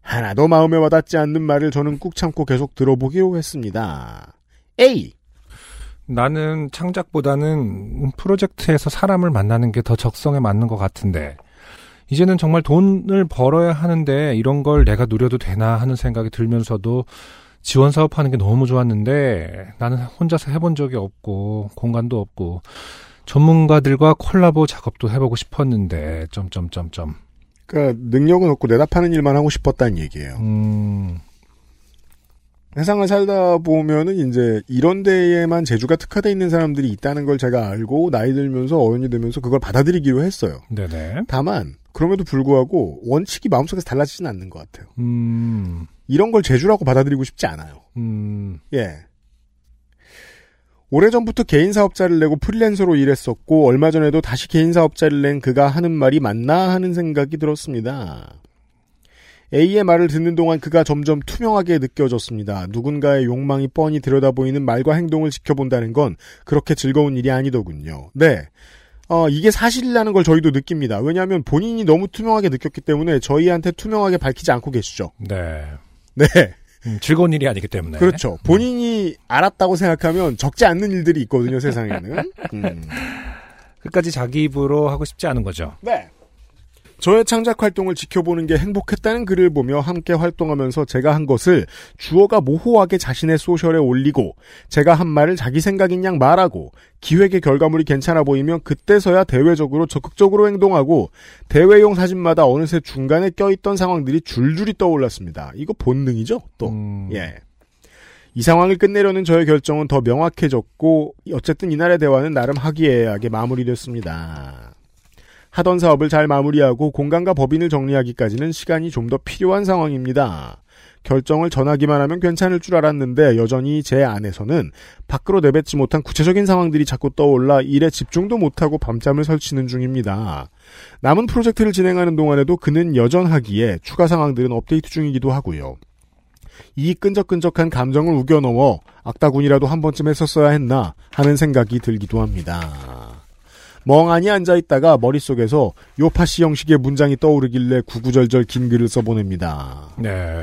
S1: 하나도 마음에 와닿지 않는 말을 저는 꾹 참고 계속 들어보기로 했습니다. A.
S2: 나는 창작보다는 프로젝트에서 사람을 만나는 게 더 적성에 맞는 것 같은데 이제는 정말 돈을 벌어야 하는데 이런 걸 내가 누려도 되나 하는 생각이 들면서도 지원 사업하는 게 너무 좋았는데 나는 혼자서 해본 적이 없고 공간도 없고 전문가들과 콜라보 작업도 해보고 싶었는데 점점점점
S1: 그러니까 능력은 없고 대답하는 일만 하고 싶었다는 얘기예요.
S2: 음
S1: 세상을 살다 보면은 이제 이런 데에만 재주가 특화돼 있는 사람들이 있다는 걸 제가 알고 나이 들면서 어른이 되면서 그걸 받아들이기로 했어요.
S2: 네네
S1: 다만 그럼에도 불구하고 원칙이 마음속에서 달라지진 않는 것 같아요.
S2: 음
S1: 이런 걸 재주라고 받아들이고 싶지 않아요.
S2: 음,
S1: 예. 오래전부터 개인 사업자를 내고 프리랜서로 일했었고 얼마 전에도 다시 개인 사업자를 낸 그가 하는 말이 맞나 하는 생각이 들었습니다. A의 말을 듣는 동안 그가 점점 투명하게 느껴졌습니다. 누군가의 욕망이 뻔히 들여다보이는 말과 행동을 지켜본다는 건 그렇게 즐거운 일이 아니더군요. 네. 어, 이게 사실이라는 걸 저희도 느낍니다. 왜냐하면 본인이 너무 투명하게 느꼈기 때문에 저희한테 투명하게 밝히지 않고 계시죠.
S2: 네
S1: 네.
S2: 음, 즐거운 일이 아니기 때문에.
S1: 그렇죠. 본인이 알았다고 생각하면 적지 않는 일들이 있거든요, 세상에는. 음.
S2: 끝까지 자기 입으로 하고 싶지 않은 거죠.
S1: 네. 저의 창작 활동을 지켜보는 게 행복했다는 글을 보며 함께 활동하면서 제가 한 것을 주어가 모호하게 자신의 소셜에 올리고 제가 한 말을 자기 생각인 양 말하고 기획의 결과물이 괜찮아 보이면 그때서야 대외적으로 적극적으로 행동하고 대외용 사진마다 어느새 중간에 껴있던 상황들이 줄줄이 떠올랐습니다. 이거 본능이죠? 또.
S2: 음,
S1: 예. 이 상황을 끝내려는 저의 결정은 더 명확해졌고 어쨌든 이날의 대화는 나름 화기애애하게 마무리됐습니다. 하던 사업을 잘 마무리하고 공간과 법인을 정리하기까지는 시간이 좀 더 필요한 상황입니다. 결정을 전하기만 하면 괜찮을 줄 알았는데 여전히 제 안에서는 밖으로 내뱉지 못한 구체적인 상황들이 자꾸 떠올라 일에 집중도 못하고 밤잠을 설치는 중입니다. 남은 프로젝트를 진행하는 동안에도 그는 여전하기에 추가 상황들은 업데이트 중이기도 하고요. 이 끈적끈적한 감정을 우겨넘어 악다군이라도 한 번쯤 했었어야 했나 하는 생각이 들기도 합니다. 멍하니 앉아있다가 머릿속에서 요파시 형식의 문장이 떠오르길래 구구절절 긴 글을 써보냅니다.
S2: 네.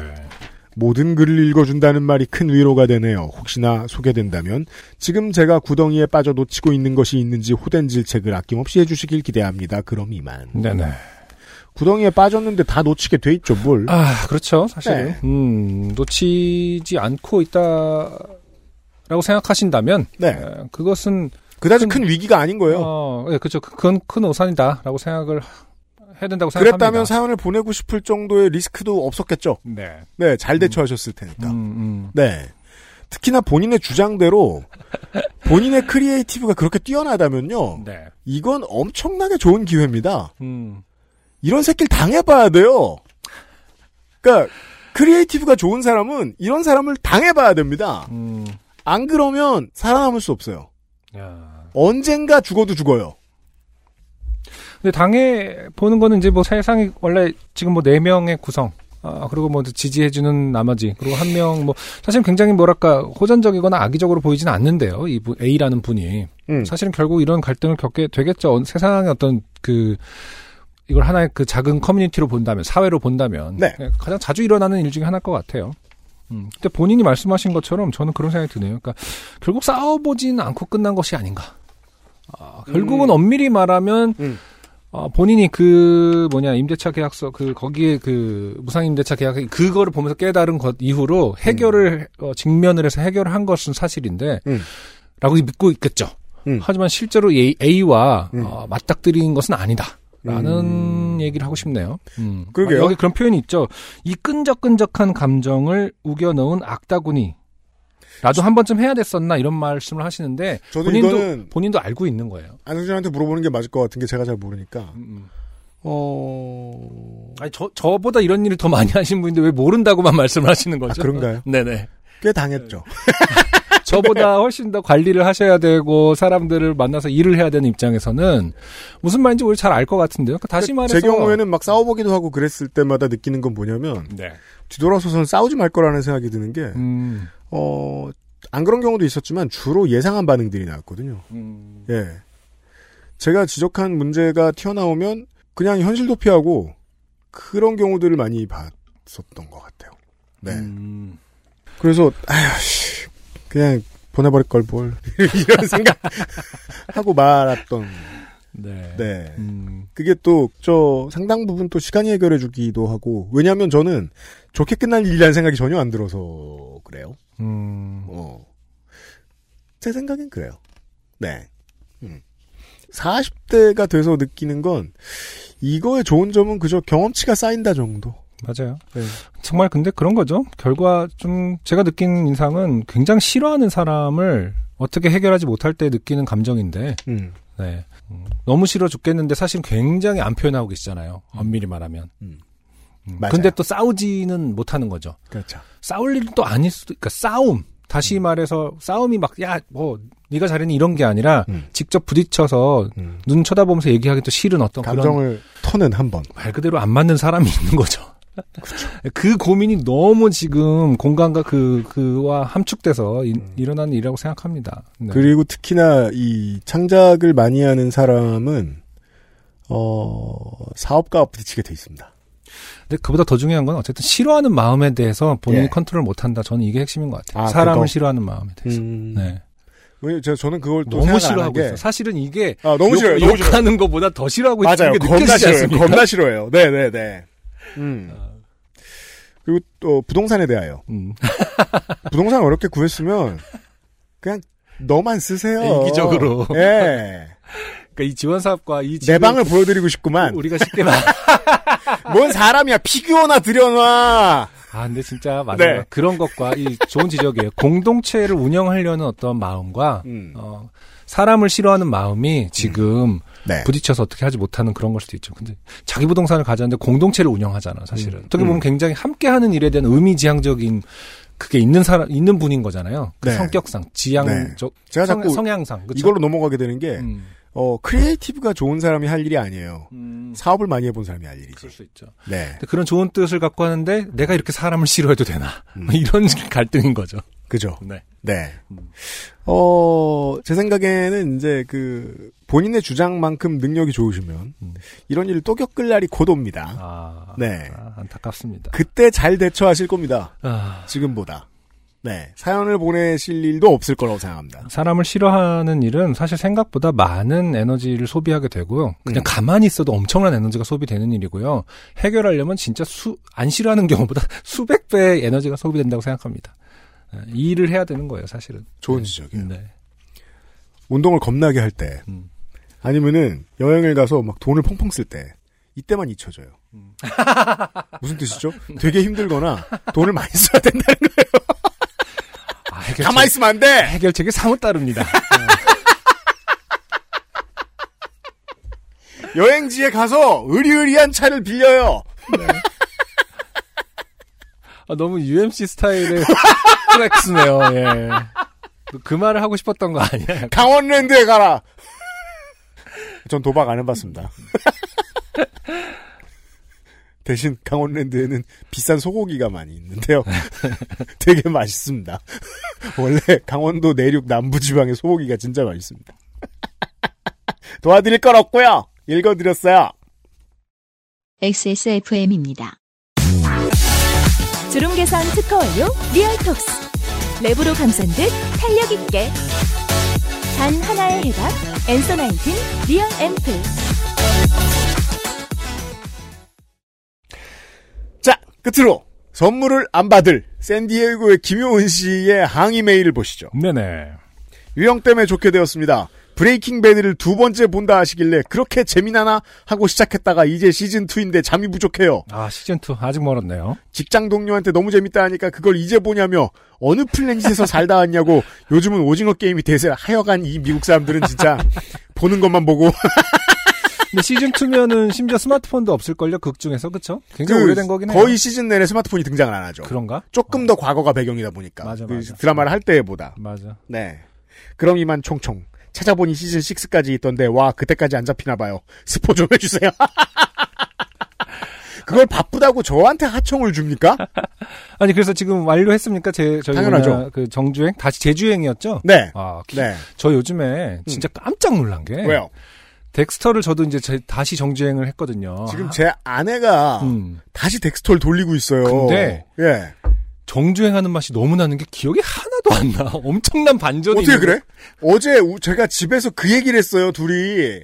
S1: 모든 글을 읽어준다는 말이 큰 위로가 되네요. 혹시나 소개된다면 지금 제가 구덩이에 빠져 놓치고 있는 것이 있는지 호된 질책을 아낌없이 해주시길 기대합니다. 그럼 이만.
S2: 네네.
S1: 구덩이에 빠졌는데 다 놓치게 돼 있죠, 뭘.
S2: 아, 그렇죠. 사실.
S1: 네.
S2: 음, 놓치지 않고 있다라고 생각하신다면,
S1: 네.
S2: 에, 그것은,
S1: 그다지 큰 위기가 아닌 거예요.
S2: 어, 예, 그렇죠. 그건 큰 오산이다라고 생각을 해야 된다고 생각합니다.
S1: 그랬다면 사연을 보내고 싶을 정도의 리스크도 없었겠죠.
S2: 네.
S1: 네, 잘 대처하셨을 테니까.
S2: 음, 음.
S1: 네. 특히나 본인의 주장대로 본인의 크리에이티브가 그렇게 뛰어나다면요.
S2: 네.
S1: 이건 엄청나게 좋은 기회입니다.
S2: 음.
S1: 이런 새끼를 당해봐야 돼요. 그러니까 크리에이티브가 좋은 사람은 이런 사람을 당해봐야 됩니다.
S2: 음.
S1: 안 그러면 살아남을 수 없어요.
S2: 야.
S1: 언젠가 죽어도 죽어요.
S2: 근데 당해 보는 거는 이제 뭐 세상이 원래 지금 뭐 네 명의 구성. 아, 그리고 뭐 지지해주는 나머지. 그리고 한 명, 뭐, 사실 굉장히 뭐랄까, 호전적이거나 악의적으로 보이진 않는데요. 이 분, A라는 분이.
S1: 음.
S2: 사실은 결국 이런 갈등을 겪게 되겠죠. 어, 세상의 어떤 그, 이걸 하나의 그 작은 커뮤니티로 본다면, 사회로 본다면.
S1: 네.
S2: 네, 가장 자주 일어나는 일 중에 하나일 것 같아요. 음, 근데 본인이 말씀하신 것처럼 저는 그런 생각이 드네요. 그러니까 결국 싸워보진 않고 끝난 것이 아닌가. 아, 결국은
S1: 음.
S2: 엄밀히 말하면
S1: 음.
S2: 어, 본인이 그 뭐냐 임대차 계약서 그 거기에 그 무상 임대차 계약 그거를 보면서 깨달은 것 이후로 해결을 어, 직면을 해서 해결을 한 것은 사실인데
S1: 음.
S2: 라고 믿고 있겠죠.
S1: 음.
S2: 하지만 실제로 A, A와
S1: 음.
S2: 어, 맞닥뜨린 것은 아니다. 라는
S1: 음.
S2: 얘기를 하고 싶네요. 음.
S1: 그러게요.
S2: 아, 여기 그런 표현이 있죠. 이 끈적끈적한 감정을 우겨 넣은 악다구니. 나도 한 번쯤 해야 됐었나 이런 말씀을 하시는데
S1: 저도
S2: 본인도
S1: 이거는-
S2: 본인도 알고 있는 거예요.
S1: 안승준한테 물어보는 게 맞을 것 같은 게 제가 잘 모르니까.
S2: 음, 음.
S1: 어,
S2: 아니 저 저보다 이런 일을 더 많이 [LAUGHS] 하신 분인데 왜 모른다고만 말씀을 하시는
S1: 아,
S2: 거죠?
S1: 그런가요?
S2: 네네.
S1: 꽤 당했죠. [LAUGHS]
S2: 저보다 훨씬 더 관리를 하셔야 되고 사람들을 만나서 일을 해야 되는 입장에서는 무슨 말인지 우리 잘 알 것 같은데요. 그러니까 다시 말해서
S1: 제 경우에는 막 싸워보기도 하고 그랬을 때마다 느끼는 건 뭐냐면
S2: 네.
S1: 뒤돌아서서는 싸우지 말 거라는 생각이 드는 게
S2: 음,
S1: 어. 안 그런 경우도 있었지만 주로 예상한 반응들이 나왔거든요.
S2: 음,
S1: 예. 제가 지적한 문제가 튀어나오면 그냥 현실 도피하고 그런 경우들을 많이 봤었던 것 같아요. 네.
S2: 음.
S1: 그래서 아휴 씨, 그냥 보내버릴 걸 뭘 [LAUGHS] 이런 생각 하고 말았던.
S2: 네.
S1: 네.
S2: 음,
S1: 그게 또 저 상당 부분 또 시간이 해결해 주기도 하고 왜냐하면 저는 좋게 끝날 일이라는 생각이 전혀 안 들어서 그래요.
S2: 음,
S1: 어. 제 생각엔 그래요. 네. 음. 40대가 돼서 느끼는 건 이거의 좋은 점은 그저 경험치가 쌓인다 정도.
S2: 맞아요.
S1: 네.
S2: 정말 근데 그런 거죠. 결과 좀 제가 느낀 인상은 굉장히 싫어하는 사람을 어떻게 해결하지 못할 때 느끼는 감정인데
S1: 음.
S2: 네. 음, 너무 싫어 죽겠는데 사실 굉장히 안 표현하고 계시잖아요. 엄밀히 말하면.
S1: 음.
S2: 음,
S1: 맞아요.
S2: 근데 또 싸우지는 못하는 거죠.
S1: 그렇죠.
S2: 싸울 일은 또 아닐 수도, 그러니까 싸움. 다시
S1: 음.
S2: 말해서 싸움이 막, 야, 뭐, 네가 잘했니 이런 게 아니라
S1: 음.
S2: 직접 부딪혀서
S1: 음.
S2: 눈 쳐다보면서 얘기하기 또 싫은 어떤 그런
S1: 감정을 터는 한 번.
S2: 말 그대로 안 맞는 사람이 있는 거죠.
S1: 그렇죠.
S2: 그 고민이 너무 지금 공간과 그, 그와 함축돼서 이, 일어나는 일이라고 생각합니다. 네.
S1: 음. 그리고 특히나 이 창작을 많이 하는 사람은 어 사업가와 부딪히게 돼 있습니다.
S2: 근데 그보다 더 중요한 건 어쨌든 싫어하는 마음에 대해서 본인이
S1: 예.
S2: 컨트롤 못한다. 저는 이게 핵심인 것 같아요.
S1: 아,
S2: 사람을
S1: 그거?
S2: 싫어하는 마음에 대해서.
S4: 음.
S2: 네.
S1: 왜냐면 제가 저는 그걸 또
S2: 너무
S1: 생각 안 한
S2: 싫어하고
S1: 게-
S2: 있어. 사실은 이게
S1: 아 너무 싫어요. 너무 싫어요.
S2: 욕하는 것보다 더 싫어하고
S1: 맞아요.
S2: 있는 게
S1: 겁나
S2: 느껴지지
S1: 싫어요.
S2: 않습니까?
S1: 겁나 싫어요. 네네네. 음.
S2: 아.
S1: 그리고 또 부동산에 대하여
S2: 음.
S1: 부동산 어렵게 구했으면 그냥 너만 쓰세요.
S2: 네, 이기적으로. [LAUGHS]
S1: 예.
S2: 그러니까 이 지원 사업과 이
S1: 내
S2: 지금
S1: 방을 보여드리고 싶구만.
S2: 우리가 쉽게 말.
S1: 뭔 사람이야. 피규어나 들여놔.
S2: 아 근데 진짜 맞아요.
S1: 네.
S2: 그런 것과 이 좋은 지적이에요. 공동체를 운영하려는 어떤 마음과
S1: 음.
S2: 어, 사람을 싫어하는 마음이 지금
S1: 네.
S2: 부딪혀서 어떻게 하지 못하는 그런 걸 수도 있죠. 근데 자기 부동산을 가졌는데 공동체를 운영하잖아, 사실은. 어떻게 보면
S1: 음.
S2: 굉장히 함께하는 일에 대한 의미지향적인 그게 있는 사람, 있는 분인 거잖아요. 그
S1: 네.
S2: 성격상, 지향적,
S1: 네. 제가 자꾸
S2: 성, 향상
S1: 이걸로 넘어가게 되는 게,
S2: 음.
S1: 어, 크리에이티브가 좋은 사람이 할 일이 아니에요.
S2: 음,
S1: 사업을 많이 해본 사람이 할 일이지.
S2: 그럴 수 있죠.
S1: 네.
S2: 근데 그런 좋은 뜻을 갖고 하는데 내가 이렇게 사람을 싫어해도 되나? 뭐 이런 [LAUGHS] 갈등인 거죠.
S1: 그죠.
S2: 네.
S1: 네. 어, 제 생각에는 이제 그, 본인의 주장만큼 능력이 좋으시면,
S2: 음.
S1: 이런 일을 또 겪을 날이 곧 옵니다.
S2: 아,
S1: 네.
S2: 아, 안타깝습니다.
S1: 그때 잘 대처하실 겁니다.
S2: 아,
S1: 지금보다. 네. 사연을 보내실 일도 없을 거라고 생각합니다.
S2: 사람을 싫어하는 일은 사실 생각보다 많은 에너지를 소비하게 되고요. 그냥
S1: 음.
S2: 가만히 있어도 엄청난 에너지가 소비되는 일이고요. 해결하려면 진짜 수, 안 싫어하는 경우보다 [LAUGHS] 수백 배의 에너지가 소비된다고 생각합니다. 예, 이 일을 해야 되는 거예요, 사실은.
S1: 좋은 지적이에요.
S2: 네.
S1: 운동을 겁나게 할 때,
S2: 음.
S1: 아니면은 여행을 가서 막 돈을 펑펑 쓸 때,
S2: [LAUGHS]
S1: 이때만 잊혀져요. 무슨 뜻이죠? 되게 힘들거나 돈을 많이 써야 된다는
S2: 아, 해결책,
S1: 가만히 있으면 안 돼!
S2: 해결책이 사뭇 다릅니다.
S1: 여행지에 가서 의리의리한 차를 빌려요!
S2: 아, 너무 UMC 스타일의 플렉스네요, 예. 그 말을 하고 싶었던 거 아니야?
S1: 강원랜드에 가라! [LAUGHS] 전 도박 안 해봤습니다. [LAUGHS] 대신 강원랜드에는 비싼 소고기가 많이 있는데요. [LAUGHS] 되게 맛있습니다. [LAUGHS] 원래 강원도 내륙 남부지방의 소고기가 진짜 맛있습니다. [LAUGHS] 도와드릴 건 없고요. 읽어드렸어요.
S3: XSFM입니다.
S5: 주름 개선 특허 완료 리얼톡스 랩으로 감싼 듯 탄력 있게 단 하나의 해답 엔서 나인틴 리얼 앰플
S1: 자, 끝으로 선물을 안 받을 샌디에이고의 김효은 씨의 항의 메일을 보시죠.
S2: 네네.
S1: 유형 때문에 좋게 되었습니다. 브레이킹 배드를 두 번째 본다 하시길래 그렇게 재미나나 하고 시작했다가 이제 시즌2인데 잠이 부족해요.
S2: 아, 시즌2 아직 멀었네요.
S1: 직장 동료한테 너무 재밌다 하니까 그걸 이제 보냐며 어느 플래닛에서 살다 왔냐고 요즘은 오징어 게임이 대세 하여간 이 미국 사람들은 진짜 보는 것만 보고
S2: 근데 시즌2면은 심지어 스마트폰도 없을걸요? 극 중에서, 그쵸? [LAUGHS] 굉장히
S1: 그
S2: 오래된 거긴 해요.
S1: 거의 시즌 내내 스마트폰이 등장을 안 하죠.
S2: 그런가?
S1: 조금 더 과거가 배경이다 보니까
S2: 맞아,
S1: 그
S2: 맞아.
S1: 드라마를 할 때보다
S2: 맞아.
S1: 네. 그럼 이만 총총. 찾아보니 시즌 6까지 있던데 와 그때까지 안 잡히나 봐요. 스포 좀 해주세요. [LAUGHS] 그걸 바쁘다고 저한테 하청을 줍니까?
S2: 아니, 그래서 지금 완료했습니까? 제, 저희
S1: 당연하죠.
S2: 뭐냐, 그 정주행? 다시 재주행이었죠?
S1: 네.
S2: 아, 기-
S1: 네.
S2: 저 요즘에 진짜 깜짝 놀란 게.
S1: 왜요?
S2: 덱스터를 저도 이제 제- 다시 정주행을 했거든요.
S1: 지금 제 아내가
S2: 아. 음.
S1: 다시 덱스톨 돌리고 있어요.
S2: 근데
S1: 예.
S2: 정주행하는 맛이 너무 나는 게 기억이 하나도 안 나. [LAUGHS] 엄청난 반전이.
S1: 어떻게
S2: 있는
S1: 그래? 어제 우- 제가 집에서 그 얘기를 했어요. 둘이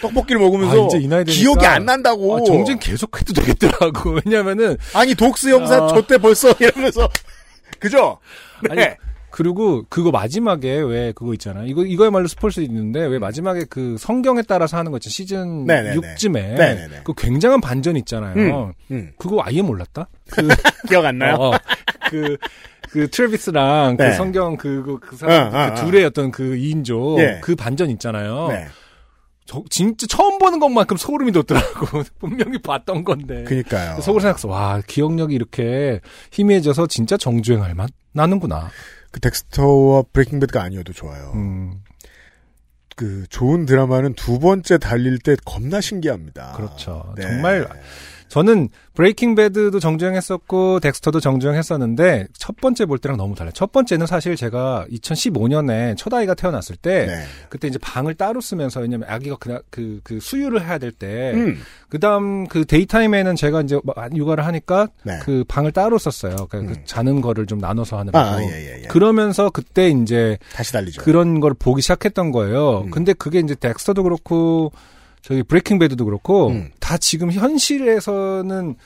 S1: 떡볶이를 먹으면서
S2: 아, 이제 이 나이 되니까.
S1: 기억이 안
S2: 거.
S1: 난다고.
S2: 아, 정주행 계속 해도 되겠더라고. [LAUGHS] 왜냐면은
S1: 아니 독스 형사
S2: 아.
S1: 저 때 벌써 [LAUGHS] 이러면서 그죠? 네.
S2: 아니, 그리고 그거 마지막에 왜 그거 있잖아. 이거 이거야말로 스포일 수도 있는데 왜 마지막에 그 성경에 따라서 하는 거 있잖아. 시즌
S1: 네네네.
S2: 6쯤에
S1: 네네네.
S2: 그 굉장한 반전 있잖아요.
S1: 음, 음.
S2: 그거 아예 몰랐다.
S1: [LAUGHS]
S2: 그
S1: 기억 안 나요?
S2: 어, 그, 그 트래비스랑
S1: 네.
S2: 그 성경 그거 그 사람
S1: 어, 어,
S2: 그
S1: 어.
S2: 둘의 어떤 그 2인조
S1: 예.
S2: 그 반전 있잖아요.
S1: 네.
S2: 저 진짜 처음 보는 것만큼 소름이 돋더라고. [LAUGHS] 분명히 봤던 건데.
S1: 그니까요.
S2: 네. 속으로 생각했어. 와, 기억력이 이렇게 희미해져서 진짜 정주행할 맛 나는구나.
S1: 그 덱스터와 브레이킹 배드가 아니어도 좋아요.
S2: 음.
S1: 그 좋은 드라마는 두 번째 달릴 때 겁나 신기합니다.
S2: 그렇죠.
S1: 네.
S2: 정말 저는 브레이킹 배드도 정주행했었고 덱스터도 정주행했었는데 첫 번째 볼 때랑 너무 달라요. 첫 번째는 사실 제가 2015년에 첫 아이가 태어났을 때
S1: 네.
S2: 그때 이제 방을 따로 쓰면서 왜냐면 아기가 그냥 그, 그 수유를 해야 될 때
S1: 음.
S2: 그다음 그 데이타임에는 제가 이제 많이 육아를 하니까
S1: 네.
S2: 그 방을 따로 썼어요. 그러니까 그
S1: 음.
S2: 자는 거를 좀 나눠서 하는 거.
S1: 아, 예, 예, 예.
S2: 그러면서 그때 이제
S1: 다시 달리죠.
S2: 그런 걸 보기 시작했던 거예요.
S1: 음.
S2: 근데 그게 이제 덱스터도 그렇고 저기 브레이킹 배드도 그렇고
S1: 음.
S2: 다 지금 현실에서는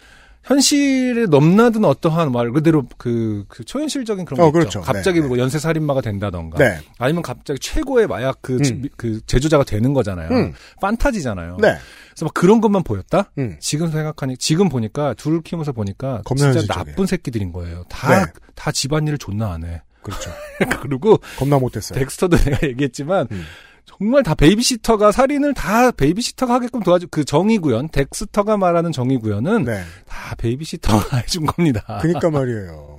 S2: 현실에 넘나든 어떠한 말 그대로 그, 그 초현실적인 그런 거
S1: 어,
S2: 있죠.
S1: 그렇죠.
S2: 갑자기
S1: 네,
S2: 뭐 연쇄 살인마가 된다던가
S1: 네.
S2: 아니면 갑자기 최고의 마약 그, 지-
S1: 음.
S2: 그 제조자가 되는 거잖아요.
S1: 음.
S2: 판타지잖아요.
S1: 네.
S2: 그래서 막 그런 것만 보였다?
S1: 음.
S2: 지금 생각하니 지금 보니까 둘 키우면서 보니까
S1: 겁나
S2: 진짜
S1: 현실적이에요.
S2: 나쁜 새끼들인 거예요. 다 다
S1: 네.
S2: 집안일을 존나 안 해.
S1: [LAUGHS] 그렇죠.
S2: 그리고
S1: 겁나 못했어요.
S2: 덱스터도 [LAUGHS] 내가 얘기했지만
S1: 음.
S2: 정말 다 베이비시터가 살인을 다 베이비시터가 하게끔 도와주 그 정의 구현 덱스터가 말하는 정의 구현은
S1: 네.
S2: 다 베이비시터가 [LAUGHS] 해준 겁니다.
S1: 그니까 말이에요.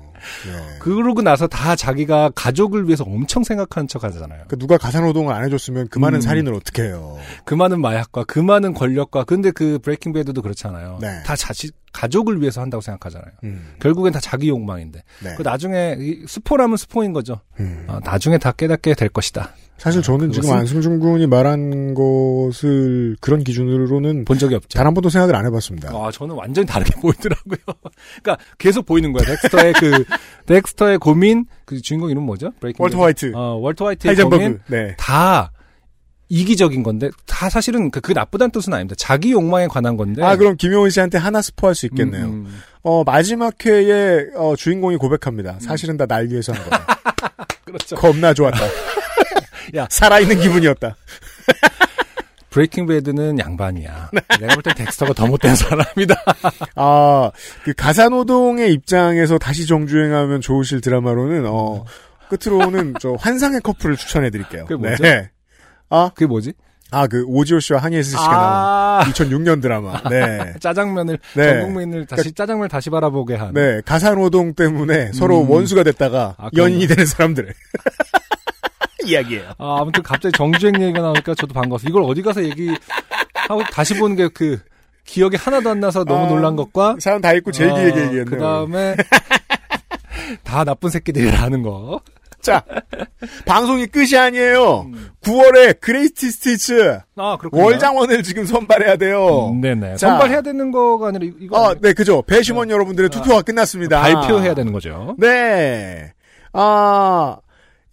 S1: 네. 그,
S2: 그러고 나서 다 자기가 가족을 위해서 엄청 생각하는 척 하잖아요.
S1: 그러니까 누가 가사노동을 안 해줬으면 그 많은
S2: 음.
S1: 살인을 어떻게 해요.
S2: 그 많은 마약과 그 많은 권력과 근데 그 브레이킹 배드도 그렇잖아요.
S1: 네.
S2: 다 자식 가족을 위해서 한다고 생각하잖아요.
S1: 음.
S2: 결국엔 다 자기 욕망인데.
S1: 네.
S2: 그 나중에 이 스포라면 스포인 거죠.
S1: 음.
S2: 아, 나중에 다 깨닫게 될 것이다.
S1: 사실 저는 지금
S2: 그것은-
S1: 안승준 군이 말한 것을 그런 기준으로는
S2: 본 적이 없죠.
S1: 단 한 번도 생각을 안 해봤습니다.
S2: 아, 저는 완전히 다르게 [LAUGHS] 보이더라고요. 그러니까 계속 보이는 거야. 덱스터의 그 덱스터의 고민 그 주인공 이름 뭐죠? 브레이킹
S1: 월터
S2: 배드.
S1: 화이트,
S2: 어, 월터 화이트의 고민
S1: 하이젠버그, 네.
S2: 다 이기적인 건데 다 사실은 그, 그 나쁘다는 뜻은 아닙니다. 자기 욕망에 관한 건데.
S1: 아 그럼 김효은 씨한테 하나 스포할 수
S2: 네. 음,
S1: 있겠네요.
S2: 음.
S1: 어 마지막 회에 어, 주인공이 고백합니다. 사실은 다 날 위해서 한 거야.
S2: [LAUGHS] 그렇죠.
S1: 겁나 좋았다.
S2: [LAUGHS] 야.
S1: 살아있는 기분이었다.
S2: 브레이킹 배드는
S1: [LAUGHS]
S2: 양반이야.
S1: 네.
S2: 내가 볼 땐 덱스터가 더 못된 사람이다.
S1: 아, 그 가사노동의 입장에서 다시 정주행하면 좋으실 드라마로는, 어, 끝으로는 저 환상의 커플을 추천해드릴게요.
S2: 그게 뭐죠?
S1: 네.
S2: 그게 뭐지?
S1: 아, 그 오지호 씨와 한예슬 씨가 나온
S2: 아,
S1: 2006년 드라마.
S2: [LAUGHS]
S1: 네.
S2: 짜장면을
S1: 네.
S2: 전 국민을 다시 짜장면을 다시 바라보게 한.
S1: 네, 가사노동 때문에 서로
S2: 음.
S1: 원수가 됐다가
S2: 아, 그런가요?
S1: 연인이 되는 사람들의 이야기예요.
S2: 아, 아무튼 갑자기 정주행 얘기가 나오니까 저도 반가웠어요. 이걸 어디 가서 얘기하고 다시 보는 게 그 기억이 하나도 안 나서 너무
S1: 아,
S2: 놀란 것과
S1: 사람 다 읽고 제일 길게 얘기했네요.
S2: 그 다음에
S1: [LAUGHS]
S2: 다 나쁜 새끼들이라는 거.
S1: 자, 방송이 끝이 아니에요. 9월에 그레이티 스티츠
S2: 아, 그렇군요.
S1: 월장원을 지금 선발해야 돼요.
S2: 음, 네네.
S1: 자.
S2: 선발해야 되는 거가 아니라 이- 이거
S1: 아,
S2: 아니에요?
S1: 네, 그죠. 배심원 여러분들의 투표가 끝났습니다.
S2: 아, 발표해야 되는 거죠.
S1: 네. 아,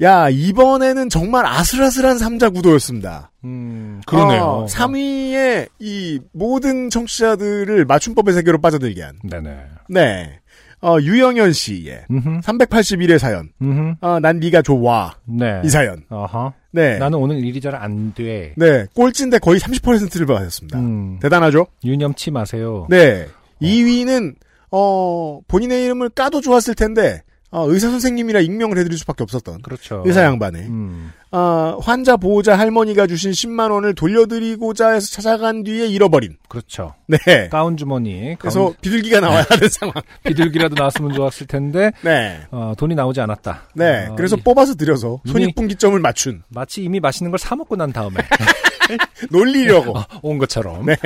S1: 야, 이번에는 정말 아슬아슬한 삼자 구도였습니다.
S2: 음, 그러네요.
S1: 어, 3위에 이 모든 청취자들을 맞춤법의 세계로 빠져들게 한.
S2: 네네.
S1: 네. 어, 유영현 씨의
S2: 음흠,
S1: 381의 사연.
S2: 음흠,
S1: 어, 난 네가 좋아.
S2: 네.
S1: 이 사연.
S2: 어허.
S1: 네.
S2: 나는 오늘 일이 잘 안 돼.
S1: 네. 꼴찌인데 거의 30%를 받았습니다.
S2: 음, 어.
S1: 대단하죠?
S2: 유념치 마세요.
S1: 네. 2위는 어, 본인의 이름을 까도 좋았을 텐데 어, 의사 선생님이라 익명을 해드릴 수밖에 없었던
S2: 그렇죠.
S1: 의사 양반의
S2: 음,
S1: 아, 환자 보호자 할머니가 주신 10만 원을 돌려드리고자 해서 찾아간 뒤에 잃어버린.
S2: 그렇죠.
S1: 네.
S2: 가운 네. 주머니.
S1: 그래서 비둘기가 나와야 하는 상황.
S2: 비둘기라도 나왔으면 좋았을 텐데
S1: 네.
S2: 어, 돈이 나오지 않았다.
S1: 네.
S2: 어,
S1: 그래서
S2: 이-
S1: 뽑아서 드려서
S2: 이미-
S1: 손익분기점을 맞춘.
S2: 마치 이미 맛있는 걸 사 먹고 난
S1: [LAUGHS]
S2: 다음에
S1: 놀리려고.
S2: 온 것처럼.
S1: [LAUGHS] 네.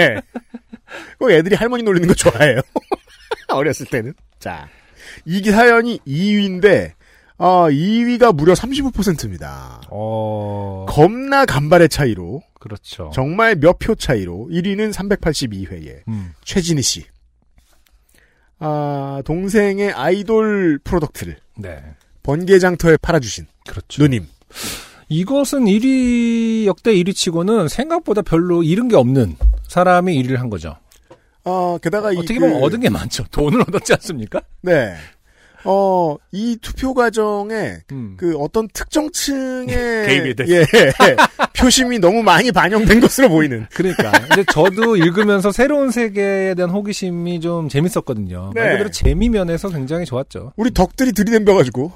S1: 꼭 애들이 할머니 놀리는 거 좋아해요. [LAUGHS] 어렸을 때는. 자. 이기 사연이 2위인데, 어, 2위가 무려 35%입니다.
S2: 어
S1: 겁나 간발의 차이로,
S2: 그렇죠.
S1: 정말 몇 표 차이로, 1위는 382회에
S2: 음,
S1: 최진희 씨. 아, 동생의 아이돌 프로덕트를
S2: 네
S1: 번개장터에 팔아주신
S2: 그렇죠.
S1: 누님.
S2: 이것은 1위 역대 1위치고는 생각보다 별로 잃은 게 없는 사람이 1위를 한 거죠.
S1: 아, 게다가 이.
S2: 어떻게
S1: 그-
S2: 보면 얻은 게 많죠. 돈을 얻었지 않습니까?
S1: 네. 어, 이 투표 과정에
S2: 음.
S1: 그 어떤 특정 층의.
S2: [LAUGHS] 개입이 됐어.
S1: 예, 표심이 너무 많이 반영된 것으로 보이는.
S2: 그러니까 이제 저도 읽으면서 새로운 세계에 대한 호기심이 좀 재밌었거든요.
S1: 네.
S2: 말 그대로 재미 면에서 굉장히 좋았죠.
S1: 우리 덕들이 들이댐벼가지고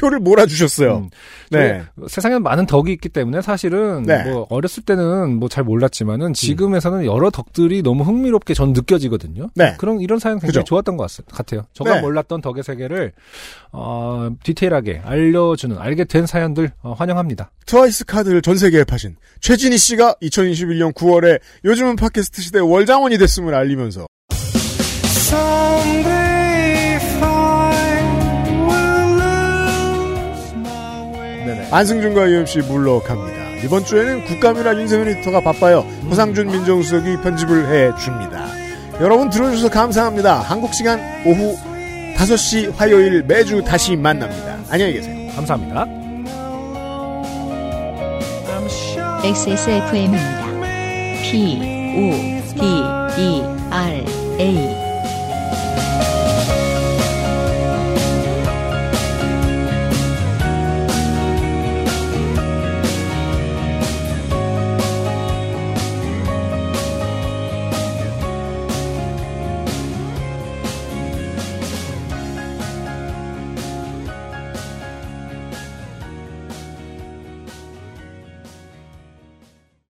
S1: 표를 몰아주셨어요.
S2: 음.
S1: 네.
S2: 저 세상에 많은 덕이 있기 때문에 사실은
S1: 네.
S2: 뭐 어렸을 때는 뭐 잘 몰랐지만은 지금에서는 여러 덕들이 너무 흥미롭게 전 느껴지거든요.
S1: 네.
S2: 그런 이런 사연 굉장히
S1: 그죠.
S2: 좋았던 것 같- 같아요. 저가
S1: 네.
S2: 몰랐던 덕의 세계를 어, 디테일하게 알려주는 알게 된 사연들 어, 환영합니다.
S1: 트와이스 카드를 전 세계에 파신 최진희 씨가 2021년 9월에 요즘은 팟캐스트 시대 월장원이 됐음을 알리면서
S6: Someday if I will lose my way.
S1: 안승준과 UMC 물러갑니다. 이번 주에는 국감이나 윤세민 리터가 바빠요. 호상준 민정수석이 편집을 해줍니다. 여러분 들어주셔서 감사합니다. 한국 시간 오후 5시 화요일 매주 다시 만납니다. 안녕히 계세요.
S2: 감사합니다.
S6: I'm sure
S3: XSFM입니다. P, O, D, E, R, A.